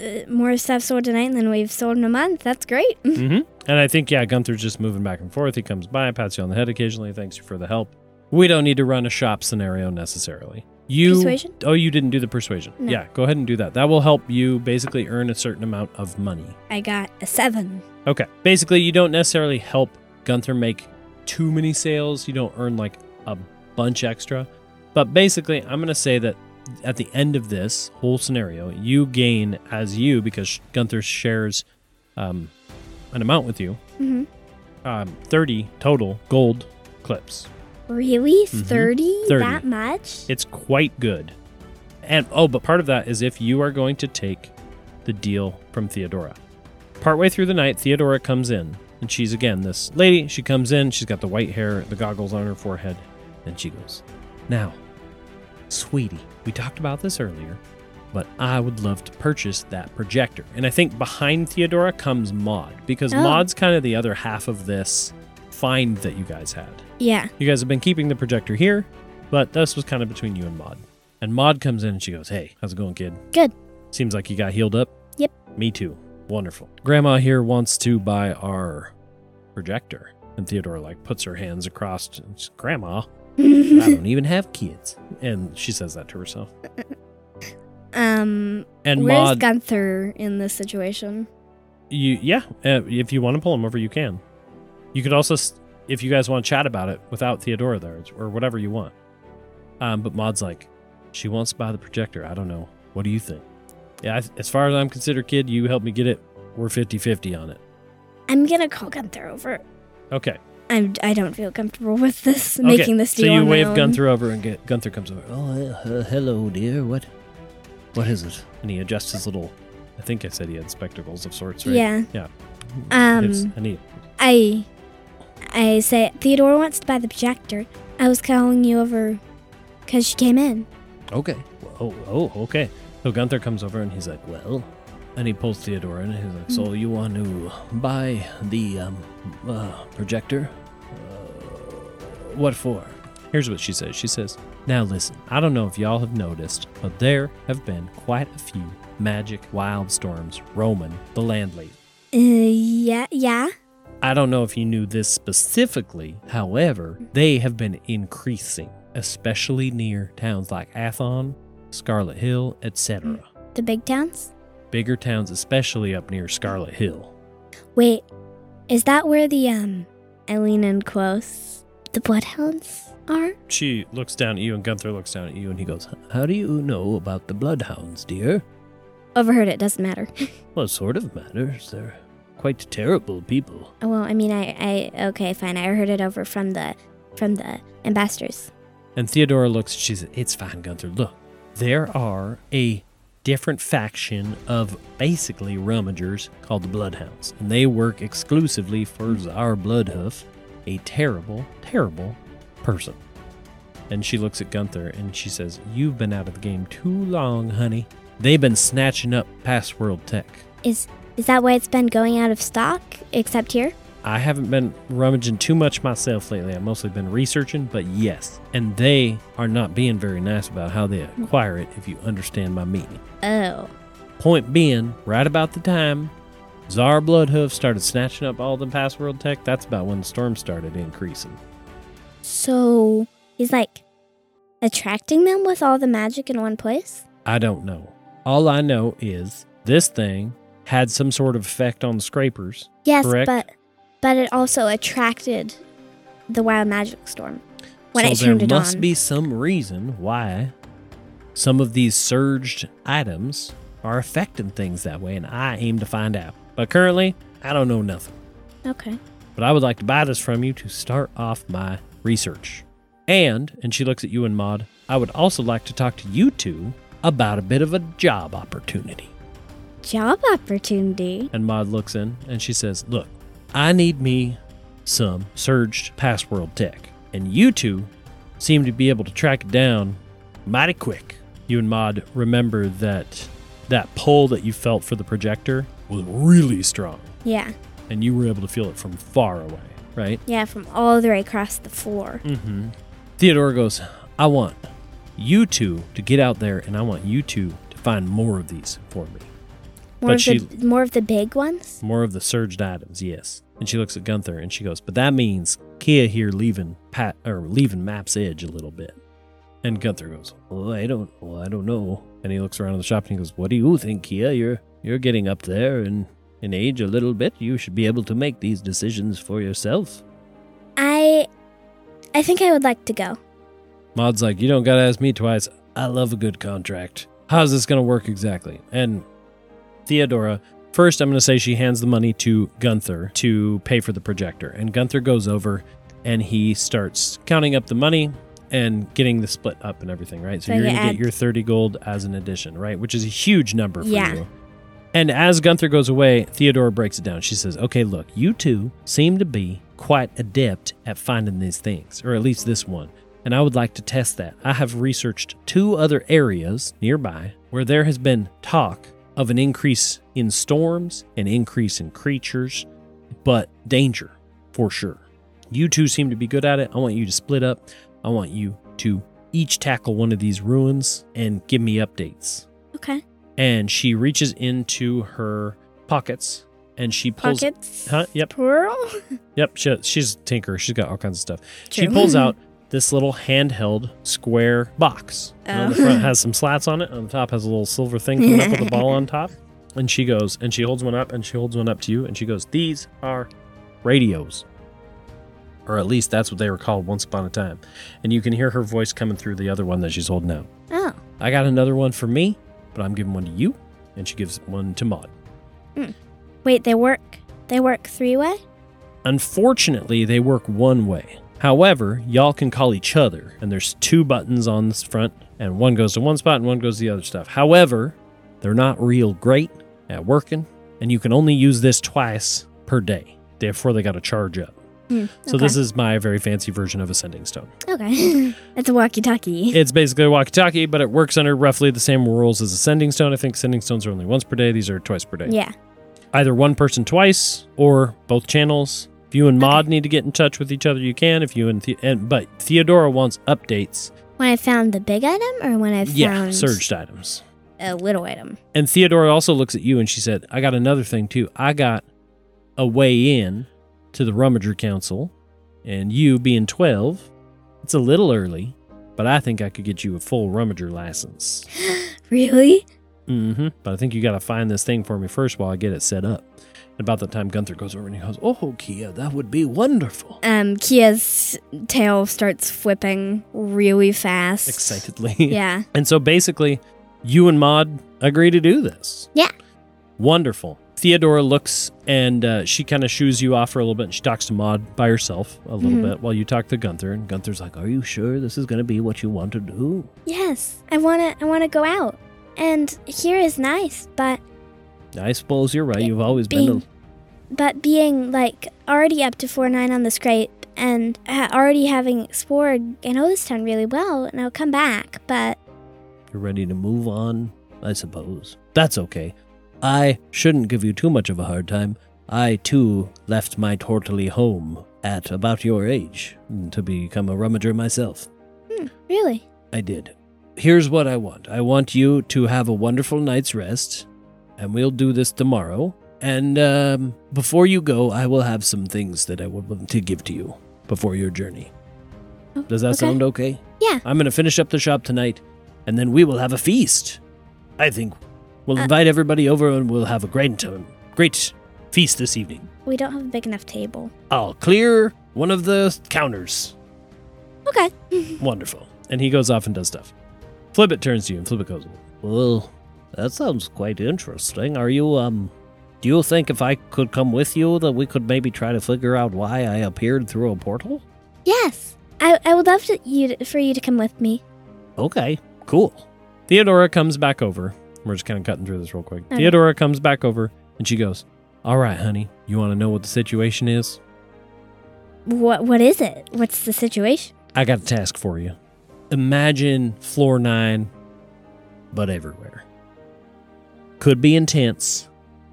Speaker 5: uh, more stuff sold tonight than we've sold in a month. That's great.
Speaker 6: mm-hmm. and i think yeah gunther's just moving back and forth he comes by pats you on the head occasionally thanks you for the help we don't need to run a shop scenario necessarily you
Speaker 5: Persuasion?
Speaker 6: oh you didn't do the persuasion
Speaker 5: No.
Speaker 6: yeah go ahead and do that that will help you basically earn a certain amount of money
Speaker 5: I got a seven.
Speaker 6: okay basically you don't necessarily help gunther make too many sales you don't earn like a bunch extra but basically i'm going to say that at the end of this whole scenario, you gain as you because Gunther shares um, an amount with you,
Speaker 5: Mhm.
Speaker 6: um, thirty total gold clips.
Speaker 5: Really?
Speaker 6: Mhm.
Speaker 5: 30?
Speaker 6: 30.
Speaker 5: That much?
Speaker 6: It's quite good, and oh, but part of that is if you are going to take the deal from Theodora. Partway through the night, Theodora comes in, and she's again this lady. She comes in, she's got the white hair, the goggles on her forehead, and she goes, "Now, sweetie, we talked about this earlier." but I would love to purchase that projector. And I think behind Theodora comes Maud, because
Speaker 5: Oh.
Speaker 6: Maud's kind of the other half of this find that you guys had.
Speaker 5: yeah.
Speaker 6: You guys have been keeping the projector here, but this was kind of between you and Maud. And Maud comes in and she goes, Hey, how's it going, kid?
Speaker 5: Good.
Speaker 6: Seems like you got healed up.
Speaker 5: Yep.
Speaker 6: Me too. Wonderful. Grandma here wants to buy our projector. And Theodora like puts her hands across and she's, Grandma, I don't even have kids. And she says that to herself.
Speaker 5: um,
Speaker 6: And
Speaker 5: where's
Speaker 6: Maud
Speaker 5: Gunther in this situation?
Speaker 6: You yeah, uh, if you want to pull him over, you can. You could also, s- if you guys want to chat about it without Theodora there it's- or whatever you want. Um, but Maud's like, she wants to buy the projector. I don't know. What do you think? Yeah, I, as far as I'm considered, kid, you helped me get it. We're 50-50 on it.
Speaker 5: I'm gonna call Gunther over.
Speaker 6: Okay.
Speaker 5: I'm. I don't feel comfortable with this.
Speaker 6: okay.
Speaker 5: Making this deal.
Speaker 6: So you
Speaker 5: on my
Speaker 6: wave
Speaker 5: own.
Speaker 6: Gunther over, and get, Gunther comes over. Oh, uh, uh, hello, dear. What? What is it? And he adjusts his little. I think I said he had spectacles of sorts, right?
Speaker 5: Yeah.
Speaker 6: Yeah. It's-
Speaker 5: Um.
Speaker 6: and he
Speaker 5: I. I say Theodore wants to buy the projector. I was calling you over, cause she came in.
Speaker 6: Okay. Oh, oh, okay. So Gunther comes over and he's like, "Well," and he pulls Theodore in. And he's like, "So you want to buy the um, uh, projector? Uh, what for?" Here's what she says. She says, "Now listen. I don't know if y'all have noticed, but there have been quite a few magic wildstorms roaming the land lately.
Speaker 5: Uh, Yeah, yeah.
Speaker 6: I don't know if you knew this specifically. However, they have been increasing, especially near towns like Athon, Scarlet Hill, etc.
Speaker 5: The big towns?
Speaker 6: Bigger towns, especially up near Scarlet Hill.
Speaker 5: Wait, is that where the, um, Eileen and Quos, the bloodhounds are?
Speaker 6: She looks down at you, and Gunther looks down at you, and he goes, How do you know about the bloodhounds, dear?
Speaker 5: Overheard it, doesn't matter.
Speaker 6: Well, it sort of matters. They're quite terrible people.
Speaker 5: Oh, well, I mean, I, I, okay, fine. I heard it over from the, from the ambassadors.
Speaker 6: And Theodora looks, she says, It's fine, Gunther. Look, there are a different faction of basically rummagers called the Bloodhounds, and they work exclusively for Czar Bloodhoof, a terrible, terrible person. And she looks at Gunther and she says, You've been out of the game too long, honey. They've been snatching up past world tech.
Speaker 5: Is, is that why it's been going out of stock, except here?
Speaker 6: I haven't been rummaging too much myself lately. I've mostly been researching, but yes. And they are not being very nice about how they acquire it, if you understand my meaning.
Speaker 5: Oh.
Speaker 6: Point being, right about the time Czar Bloodhoof started snatching up all the past world tech, that's about when the storm started increasing.
Speaker 5: So he's like attracting them with all the magic in one place?
Speaker 6: I don't know. All I know is this thing had some sort of effect on scrapers.
Speaker 5: Yes,
Speaker 6: Correct.
Speaker 5: but but it also attracted the wild magic storm when
Speaker 6: so
Speaker 5: it turned
Speaker 6: there
Speaker 5: it
Speaker 6: must
Speaker 5: on.
Speaker 6: be some reason why some of these surged items are affecting things that way, and I aim to find out. But currently, I don't know nothing.
Speaker 5: okay.
Speaker 6: But I would like to buy this from you to start off my research. And, and she looks at you and Maud, I would also like to talk to you two about a bit of a job opportunity.
Speaker 5: Job opportunity.
Speaker 6: And Maud looks in and she says, Look, I need me some surged past world tech. And you two seem to be able to track it down mighty quick. You and Maud remember that that pull that you felt for the projector was really strong.
Speaker 5: Yeah.
Speaker 6: And you were able to feel it from far away, right?
Speaker 5: Yeah, from all the way across the floor.
Speaker 6: Mm-hmm. Theodore goes, I want you two to get out there and I want you two to find more of these for me.
Speaker 5: More
Speaker 6: But
Speaker 5: of
Speaker 6: she-
Speaker 5: the more of the big ones?
Speaker 6: More of the surged items, yes. And she looks at Gunther and she goes, "But that means Kia here leaving Pat or leaving Map's Edge a little bit." And Gunther goes, "Well, I don't, well, I don't know." And he looks around the shop and he goes, "What do you think, Kia? You're you're getting up there in in age a little bit. You should be able to make these decisions for yourself."
Speaker 5: I I think I would like to go.
Speaker 6: Maud's like, "You don't gotta ask me twice. I love a good contract. How's this gonna work exactly?" And Theodora, first, I'm gonna say she hands the money to Gunther to pay for the projector, and Gunther goes over and he starts counting up the money and getting the split up and everything, right? So
Speaker 5: So
Speaker 6: you're
Speaker 5: you
Speaker 6: gonna
Speaker 5: add-
Speaker 6: get your 30 gold as an addition, right? Which is a huge number for
Speaker 5: Yeah.
Speaker 6: you. And as Gunther goes away, Theodora breaks it down. She says, Okay, look, you two seem to be quite adept at finding these things, or at least this one. And I would like to test that. I have researched two other areas nearby where there has been talk of an increase in storms, an increase in creatures, but danger for sure. You two seem to be good at it. I want you to split up. I want you to each tackle one of these ruins and give me updates
Speaker 5: Okay.
Speaker 6: and she reaches into her pockets and she pulls
Speaker 5: Pockets.
Speaker 6: Huh? Yep.
Speaker 5: Plural?
Speaker 6: yep she, she's a tinker she's got all kinds of stuff she
Speaker 5: True.
Speaker 6: pulls out this little handheld square box and on the
Speaker 5: Oh.
Speaker 6: front has some slats on it on the top has a little silver thing coming up with a ball on top and she goes and she holds one up and she holds one up to you and she goes these are radios or at least that's what they were called once upon a time and you can hear her voice coming through the other one that she's holding out
Speaker 5: Oh.
Speaker 6: I got another one for me, but I'm giving one to you. And she gives one to Maud.
Speaker 5: Wait, they work they work three way?
Speaker 6: Unfortunately, they work one way. However, y'all can call each other, and there's two buttons on this front, and one goes to one spot and one goes to the other stuff. However, they're not real great at working, and you can only use this twice per day. Therefore, they got to charge up. So, this is my very fancy version of Ascending Stone.
Speaker 5: Okay. it's a walkie talkie.
Speaker 6: It's basically a walkie talkie, but it works under roughly the same rules as Ascending Stone. I think Ascending Stones are only once per day, these are twice per day.
Speaker 5: Yeah.
Speaker 6: either one person twice or both channels. If you and Maud need to get in touch with each other, you can. If you and, the- and but Theodora wants updates.
Speaker 5: When I found the big item or when I found
Speaker 6: Yeah, surged items.
Speaker 5: a little item.
Speaker 6: And Theodora also looks at you and she said, "I got another thing too. I got a way in to the Rummager Council, and you being 12, it's a little early, but I think I could get you a full Rummager license.
Speaker 5: Really?
Speaker 6: Mm-hmm. But I think you got to find this thing for me first while I get it set up. And about the time Gunther goes over and he goes, "Oh, Kia, that would be wonderful!"
Speaker 5: Um, Kia's tail starts whipping really fast.
Speaker 6: Excitedly.
Speaker 5: Yeah.
Speaker 6: And so basically, you and Maud agree to do this.
Speaker 5: Yeah.
Speaker 6: Wonderful. Theodora looks and uh, she kind of shoos you off for a little bit and she talks to Maud by herself a little
Speaker 5: Mhm.
Speaker 6: bit while you talk to Gunther. And Gunther's like, Are you sure this is going to be what you want to do?
Speaker 5: Yes, I wanna I wanna go out. And here is nice, but
Speaker 6: I suppose you're right. You've always been
Speaker 5: being
Speaker 6: a.
Speaker 5: but being like already up to four nine on the scrape and ha- already having explored I know this town really well and I'll come back, but
Speaker 6: You're ready to move on, I suppose. That's okay. I shouldn't give you too much of a hard time. I, too, left my Tortily home at about your age to become a rummager myself.
Speaker 5: hmm, really.
Speaker 6: I did. Here's what I want I want you to have a wonderful night's rest, and we'll do this tomorrow. And um, before you go, I will have some things that I would want to give to you before your journey.
Speaker 5: Oh,
Speaker 6: Does that
Speaker 5: okay.
Speaker 6: sound okay?
Speaker 5: Yeah.
Speaker 6: I'm going to finish up the shop tonight, and then we will have a feast. I think we'll
Speaker 5: Uh,
Speaker 6: invite everybody over and we'll have a great time. Great feast this evening.
Speaker 5: We don't have a big enough table.
Speaker 6: I'll clear one of the counters.
Speaker 5: Okay.
Speaker 6: Wonderful. And he goes off and does stuff. Flibbit turns to you and Flibbit goes, Well, that sounds quite interesting. Are you, um, do you think if I could come with you that we could maybe try to figure out why I appeared through a portal?
Speaker 5: Yes. I, I would love to, you to, for you to come with me.
Speaker 6: Okay, cool. Theodora comes back over. We're just kind of cutting through this real quick.
Speaker 5: Okay.
Speaker 6: Theodora comes back over and she goes, All right, honey, you want to know what the situation is?
Speaker 5: What what is it? What's the situation?
Speaker 6: I got a task for you. Imagine floor nine, but everywhere. Could be intense.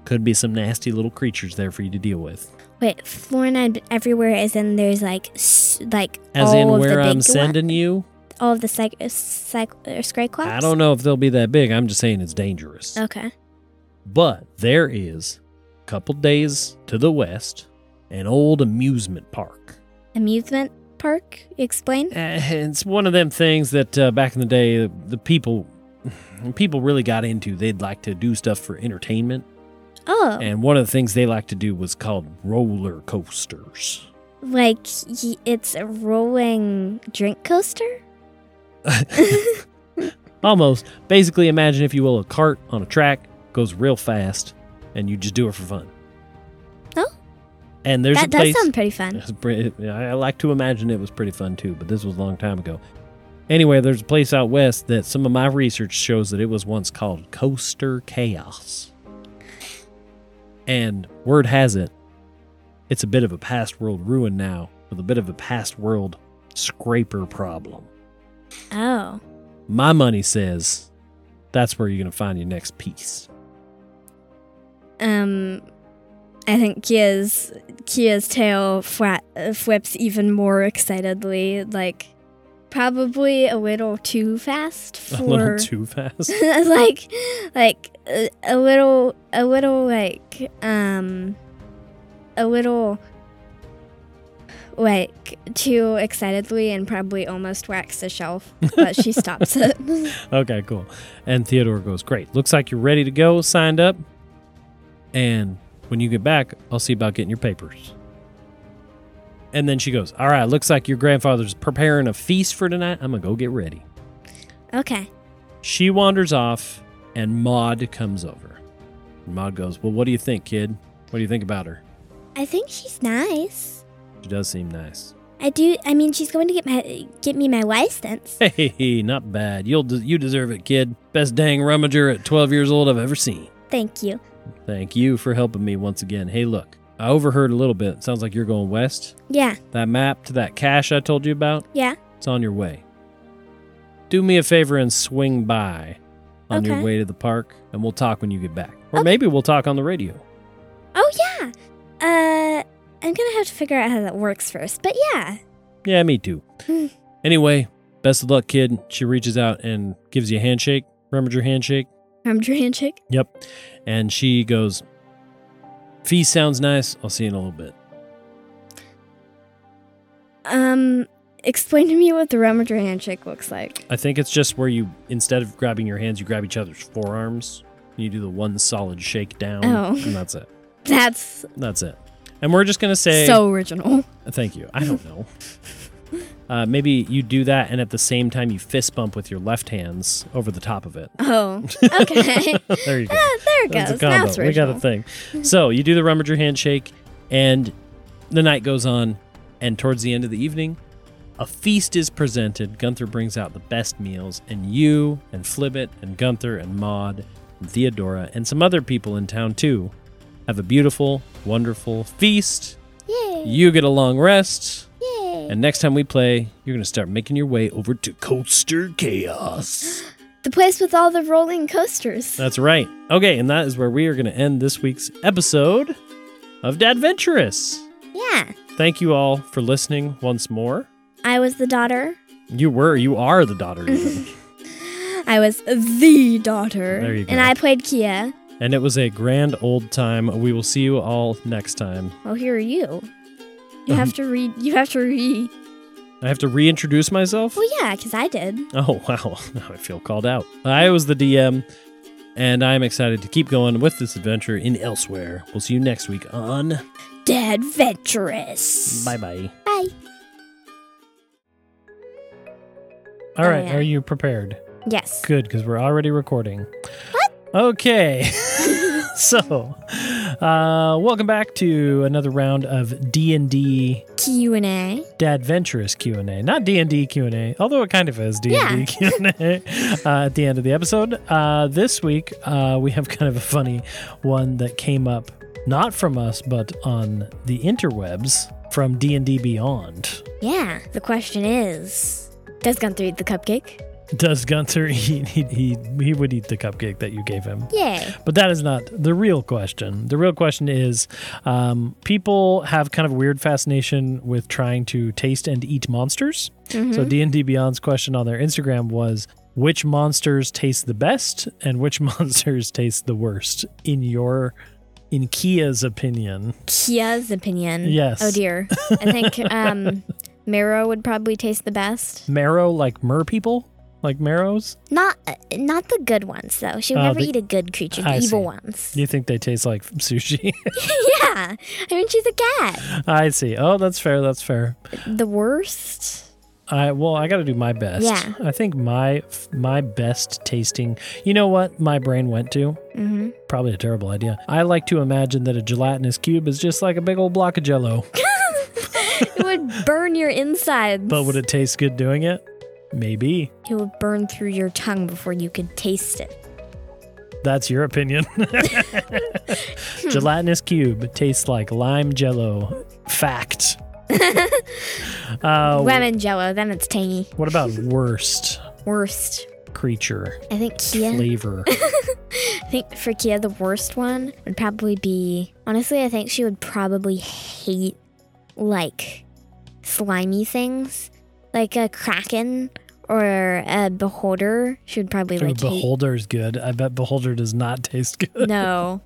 Speaker 6: Could be some nasty little creatures there for you to deal with.
Speaker 5: Wait, floor nine but everywhere is in there's like s- like
Speaker 6: As
Speaker 5: all
Speaker 6: in
Speaker 5: of the
Speaker 6: where
Speaker 5: big
Speaker 6: I'm
Speaker 5: one-
Speaker 6: sending you.
Speaker 5: all of the psych psych uh, or Scrayclops?
Speaker 6: I don't know if they'll be that big. I'm just saying it's dangerous.
Speaker 5: Okay.
Speaker 6: But there is a couple days to the west an old amusement park.
Speaker 5: Amusement park? Explain.
Speaker 6: Uh, it's one of them things that uh, back in the day, the, the people people really got into. They'd like to do stuff for entertainment.
Speaker 5: Oh,
Speaker 6: And one of the things they like to do was called roller coasters.
Speaker 5: like y- it's a rolling drink coaster.
Speaker 6: Almost. Basically, imagine, if you will, a cart on a track goes real fast and you just do it for fun.
Speaker 5: Oh.
Speaker 6: And there's
Speaker 5: that
Speaker 6: a place.
Speaker 5: does sound pretty fun.
Speaker 6: It's pretty- I I like to imagine it was pretty fun too, but this was a long time ago. Anyway, there's a place out west that some of my research shows that it was once called Coaster Chaos. And word has it, it's a bit of a past world ruin now, with a bit of a past world scraper problem.
Speaker 5: Oh,
Speaker 6: My money says that's where you're going to find your next piece.
Speaker 5: um, I think Kia's Kia's tail flat, uh, flips even more excitedly. Like probably a little too fast for
Speaker 6: A little too fast.
Speaker 5: like like a, a little a little like um a little like too excitedly and probably almost whacks the shelf but she stops it
Speaker 6: Okay, cool. And Theodore goes, Great. Looks like you're ready to go, signed up. And when you get back, I'll see about getting your papers. And then she goes, All right, looks like your grandfather's preparing a feast for tonight. I'm going to go get ready.
Speaker 5: okay
Speaker 6: She wanders off, and Maud comes over. And Maud goes, Well, what do you think, kid? What do you think about her?
Speaker 5: i think she's nice
Speaker 6: She does seem nice.
Speaker 5: i do i mean she's going to get my get me my license
Speaker 6: Hey, not bad. You'll des- you deserve it, kid. Best dang rummager at 12 years old I've ever seen.
Speaker 5: thank you
Speaker 6: Thank you for helping me once again. Hey, look, I overheard a little bit. Sounds like you're going west.
Speaker 5: yeah
Speaker 6: That map to that cache I told you about,
Speaker 5: yeah
Speaker 6: it's on your way. Do me a favor and swing by on your
Speaker 5: Okay.
Speaker 6: way to the park, and we'll talk when you get back. Or maybe we'll talk on the radio.
Speaker 5: oh yeah uh i'm gonna have to figure out how that works first but yeah
Speaker 6: Yeah, me too. anyway, best of luck, kid. She reaches out and gives you a handshake. Remember your handshake?
Speaker 5: i'm chick
Speaker 6: Yep. And she goes,
Speaker 7: Feast sounds nice. I'll see you in a little bit.
Speaker 5: Um, explain to me what the Rummager handshake looks like.
Speaker 7: I think it's just where you, instead of grabbing your hands, you grab each other's forearms. You do the one solid shake down.
Speaker 5: Oh.
Speaker 7: And that's it.
Speaker 5: That's
Speaker 7: That's it. And we're just going to say
Speaker 5: so original.
Speaker 7: thank you. I don't know. Uh, maybe you do that, and at the same time, you fist bump with your left hands over the top of it.
Speaker 5: Oh, okay.
Speaker 7: there you go.
Speaker 5: Ah, there it
Speaker 7: That's
Speaker 5: goes.
Speaker 7: a combo.
Speaker 5: Now it's
Speaker 7: we got
Speaker 5: original.
Speaker 7: a thing. So you do the rummager handshake, and the night goes on. And towards the end of the evening, a feast is presented. Gunther brings out the best meals, and you and Flibbit and Gunther and Maud and Theodora and some other people in town too have a beautiful, wonderful feast.
Speaker 5: Yay!
Speaker 7: You get a long rest.
Speaker 5: Yay!
Speaker 7: And next time we play, you're going to start making your way over to Coaster Chaos.
Speaker 5: The place with all the rolling coasters.
Speaker 7: That's right. Okay, and that is where we are going to end this week's episode of Dadventurous.
Speaker 5: yeah.
Speaker 7: Thank you all for listening once more.
Speaker 5: I was the daughter.
Speaker 7: You were, you are the daughter, even.
Speaker 5: I was the daughter.
Speaker 7: There you go.
Speaker 5: And I played Kia.
Speaker 7: and it was a grand old time. We will see you all next time.
Speaker 5: Well, here are you. You have
Speaker 7: Uh-huh.
Speaker 5: to read. You have to read.
Speaker 7: I have to reintroduce myself.
Speaker 5: Well, yeah, because I did.
Speaker 7: Oh, wow. Now I feel called out. I was the DM, and I'm excited to keep going with this adventure in Elsewhere. We'll see you next week on
Speaker 5: Dead Venturous.
Speaker 7: Bye Bye.
Speaker 5: Bye.
Speaker 6: All right,
Speaker 5: yeah.
Speaker 6: are you prepared?
Speaker 5: Yes.
Speaker 6: Good, because we're already recording. Okay. so, uh, welcome back to another round of D and D
Speaker 5: Q and A.
Speaker 6: Dadventurous Q and A, not D and D Q and A, although it kind of is D and D Q and A uh, at the end of the episode. Uh, this week, uh, we have kind of a funny one that came up not from us, but on the interwebs from D and D Beyond.
Speaker 5: Yeah. The question is, does Gunther eat the cupcake?
Speaker 6: Does Gunther eat? He, he he would eat the cupcake that you gave him.
Speaker 5: Yay.
Speaker 6: But that is not the real question. The real question is um, people have kind of a weird fascination with trying to taste and eat monsters. So D&D Beyond's question on their Instagram was which monsters taste the best and which monsters taste the worst in your in Kia's opinion.
Speaker 5: Kia's opinion.
Speaker 6: Yes.
Speaker 5: Oh dear. I think um, marrow would probably taste the best.
Speaker 6: Marrow like mer people? Like marrows?
Speaker 5: Not uh, not the good ones though. She would
Speaker 6: Oh,
Speaker 5: never
Speaker 6: the-
Speaker 5: eat a good creature. The
Speaker 6: I
Speaker 5: evil
Speaker 6: see.
Speaker 5: ones.
Speaker 6: You think they taste like sushi?
Speaker 5: yeah. I mean, she's a cat.
Speaker 6: I see. Oh, that's fair. That's fair.
Speaker 5: The worst.
Speaker 6: I well, I got to do my best.
Speaker 5: Yeah.
Speaker 6: I think my my best tasting. You know what my brain went to?
Speaker 5: Mm-hmm.
Speaker 6: Probably a terrible idea. I like to imagine that a gelatinous cube is just like a big old block of jello.
Speaker 5: it would burn your insides.
Speaker 6: but would it taste good doing it? Maybe.
Speaker 5: It would burn through your tongue before you could taste it.
Speaker 6: That's your opinion.
Speaker 5: Hmm.
Speaker 6: Gelatinous cube tastes like lime jello. Fact. uh,
Speaker 5: Lemon jello, then it's tangy.
Speaker 6: what about worst
Speaker 5: Worst.
Speaker 6: creature
Speaker 5: I think Kia.
Speaker 6: flavor?
Speaker 5: I think for Kia, the worst one would probably be. Honestly, I think she would probably hate like slimy things, like a kraken or a beholder. She would probably
Speaker 6: Ooh,
Speaker 5: like hate.
Speaker 6: Beholder's good. I bet Beholder does not taste good.
Speaker 5: No,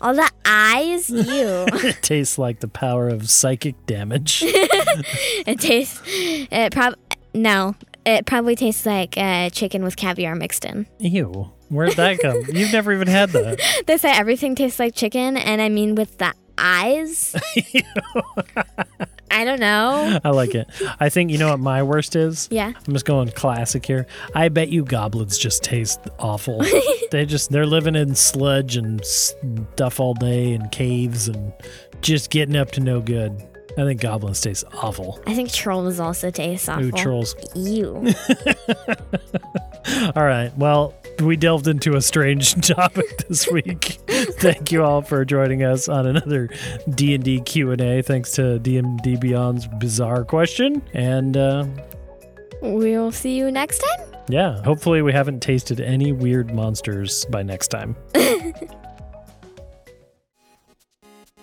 Speaker 5: all the eyes. Ew.
Speaker 6: it tastes like the power of psychic damage.
Speaker 5: it tastes. It prob. No, it probably tastes like uh, chicken with caviar mixed in.
Speaker 6: Ew. Where'd that come? You've never even had that.
Speaker 5: They say everything tastes like chicken, and I mean with the eyes. I don't know.
Speaker 6: I like it. I think you know what my worst is?
Speaker 5: Yeah.
Speaker 6: I'm just going classic here. I bet you goblins just taste awful. they just they're living in sludge and stuff all day and caves and just getting up to no good. I think goblins taste awful.
Speaker 5: I think trolls also taste awful.
Speaker 6: Ooh, trolls.
Speaker 5: Ew.
Speaker 6: All right. Well, we delved into a strange topic this week. Thank you all for joining us on another D&D Q&A. Thanks to D&D Beyond's bizarre question. And uh,
Speaker 5: we'll see you next time.
Speaker 6: yeah, hopefully we haven't tasted any weird monsters by next time.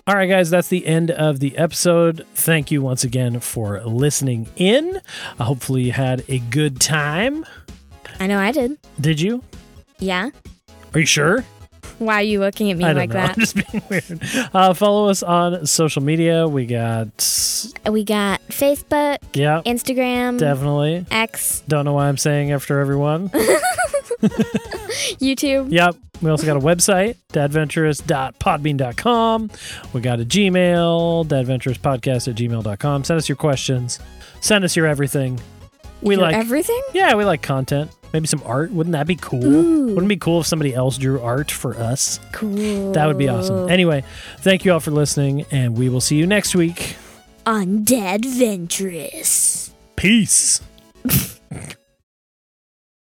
Speaker 6: All right, guys, that's the end of the episode. Thank you once again for listening in. Uh, hopefully, you had a good time.
Speaker 5: I know I did.
Speaker 6: Did you?
Speaker 5: Yeah.
Speaker 6: Are you sure?
Speaker 5: Why are you looking at me
Speaker 6: I don't
Speaker 5: like
Speaker 6: know.
Speaker 5: that?
Speaker 6: I'm just being weird. Uh, follow us on social media. We got,
Speaker 5: We got Facebook,
Speaker 6: yeah,
Speaker 5: Instagram,
Speaker 6: definitely.
Speaker 5: X,
Speaker 6: Don't know why I'm saying after everyone.
Speaker 5: YouTube.
Speaker 6: Yep. We also got a website, dadventurous.podbean.com. We got a Gmail, dadventurouspodcast at gmail.com. Send us your questions. Send us your everything. We
Speaker 5: Your
Speaker 6: like
Speaker 5: everything.
Speaker 6: Yeah, we like content. Maybe some art. Wouldn't that be cool?
Speaker 5: Ooh.
Speaker 6: Wouldn't it be cool if somebody else drew art for us?
Speaker 5: Cool.
Speaker 6: That would be awesome. Anyway, thank you all for listening, and we will see you next week.
Speaker 5: on Dead Ventress.
Speaker 6: Peace.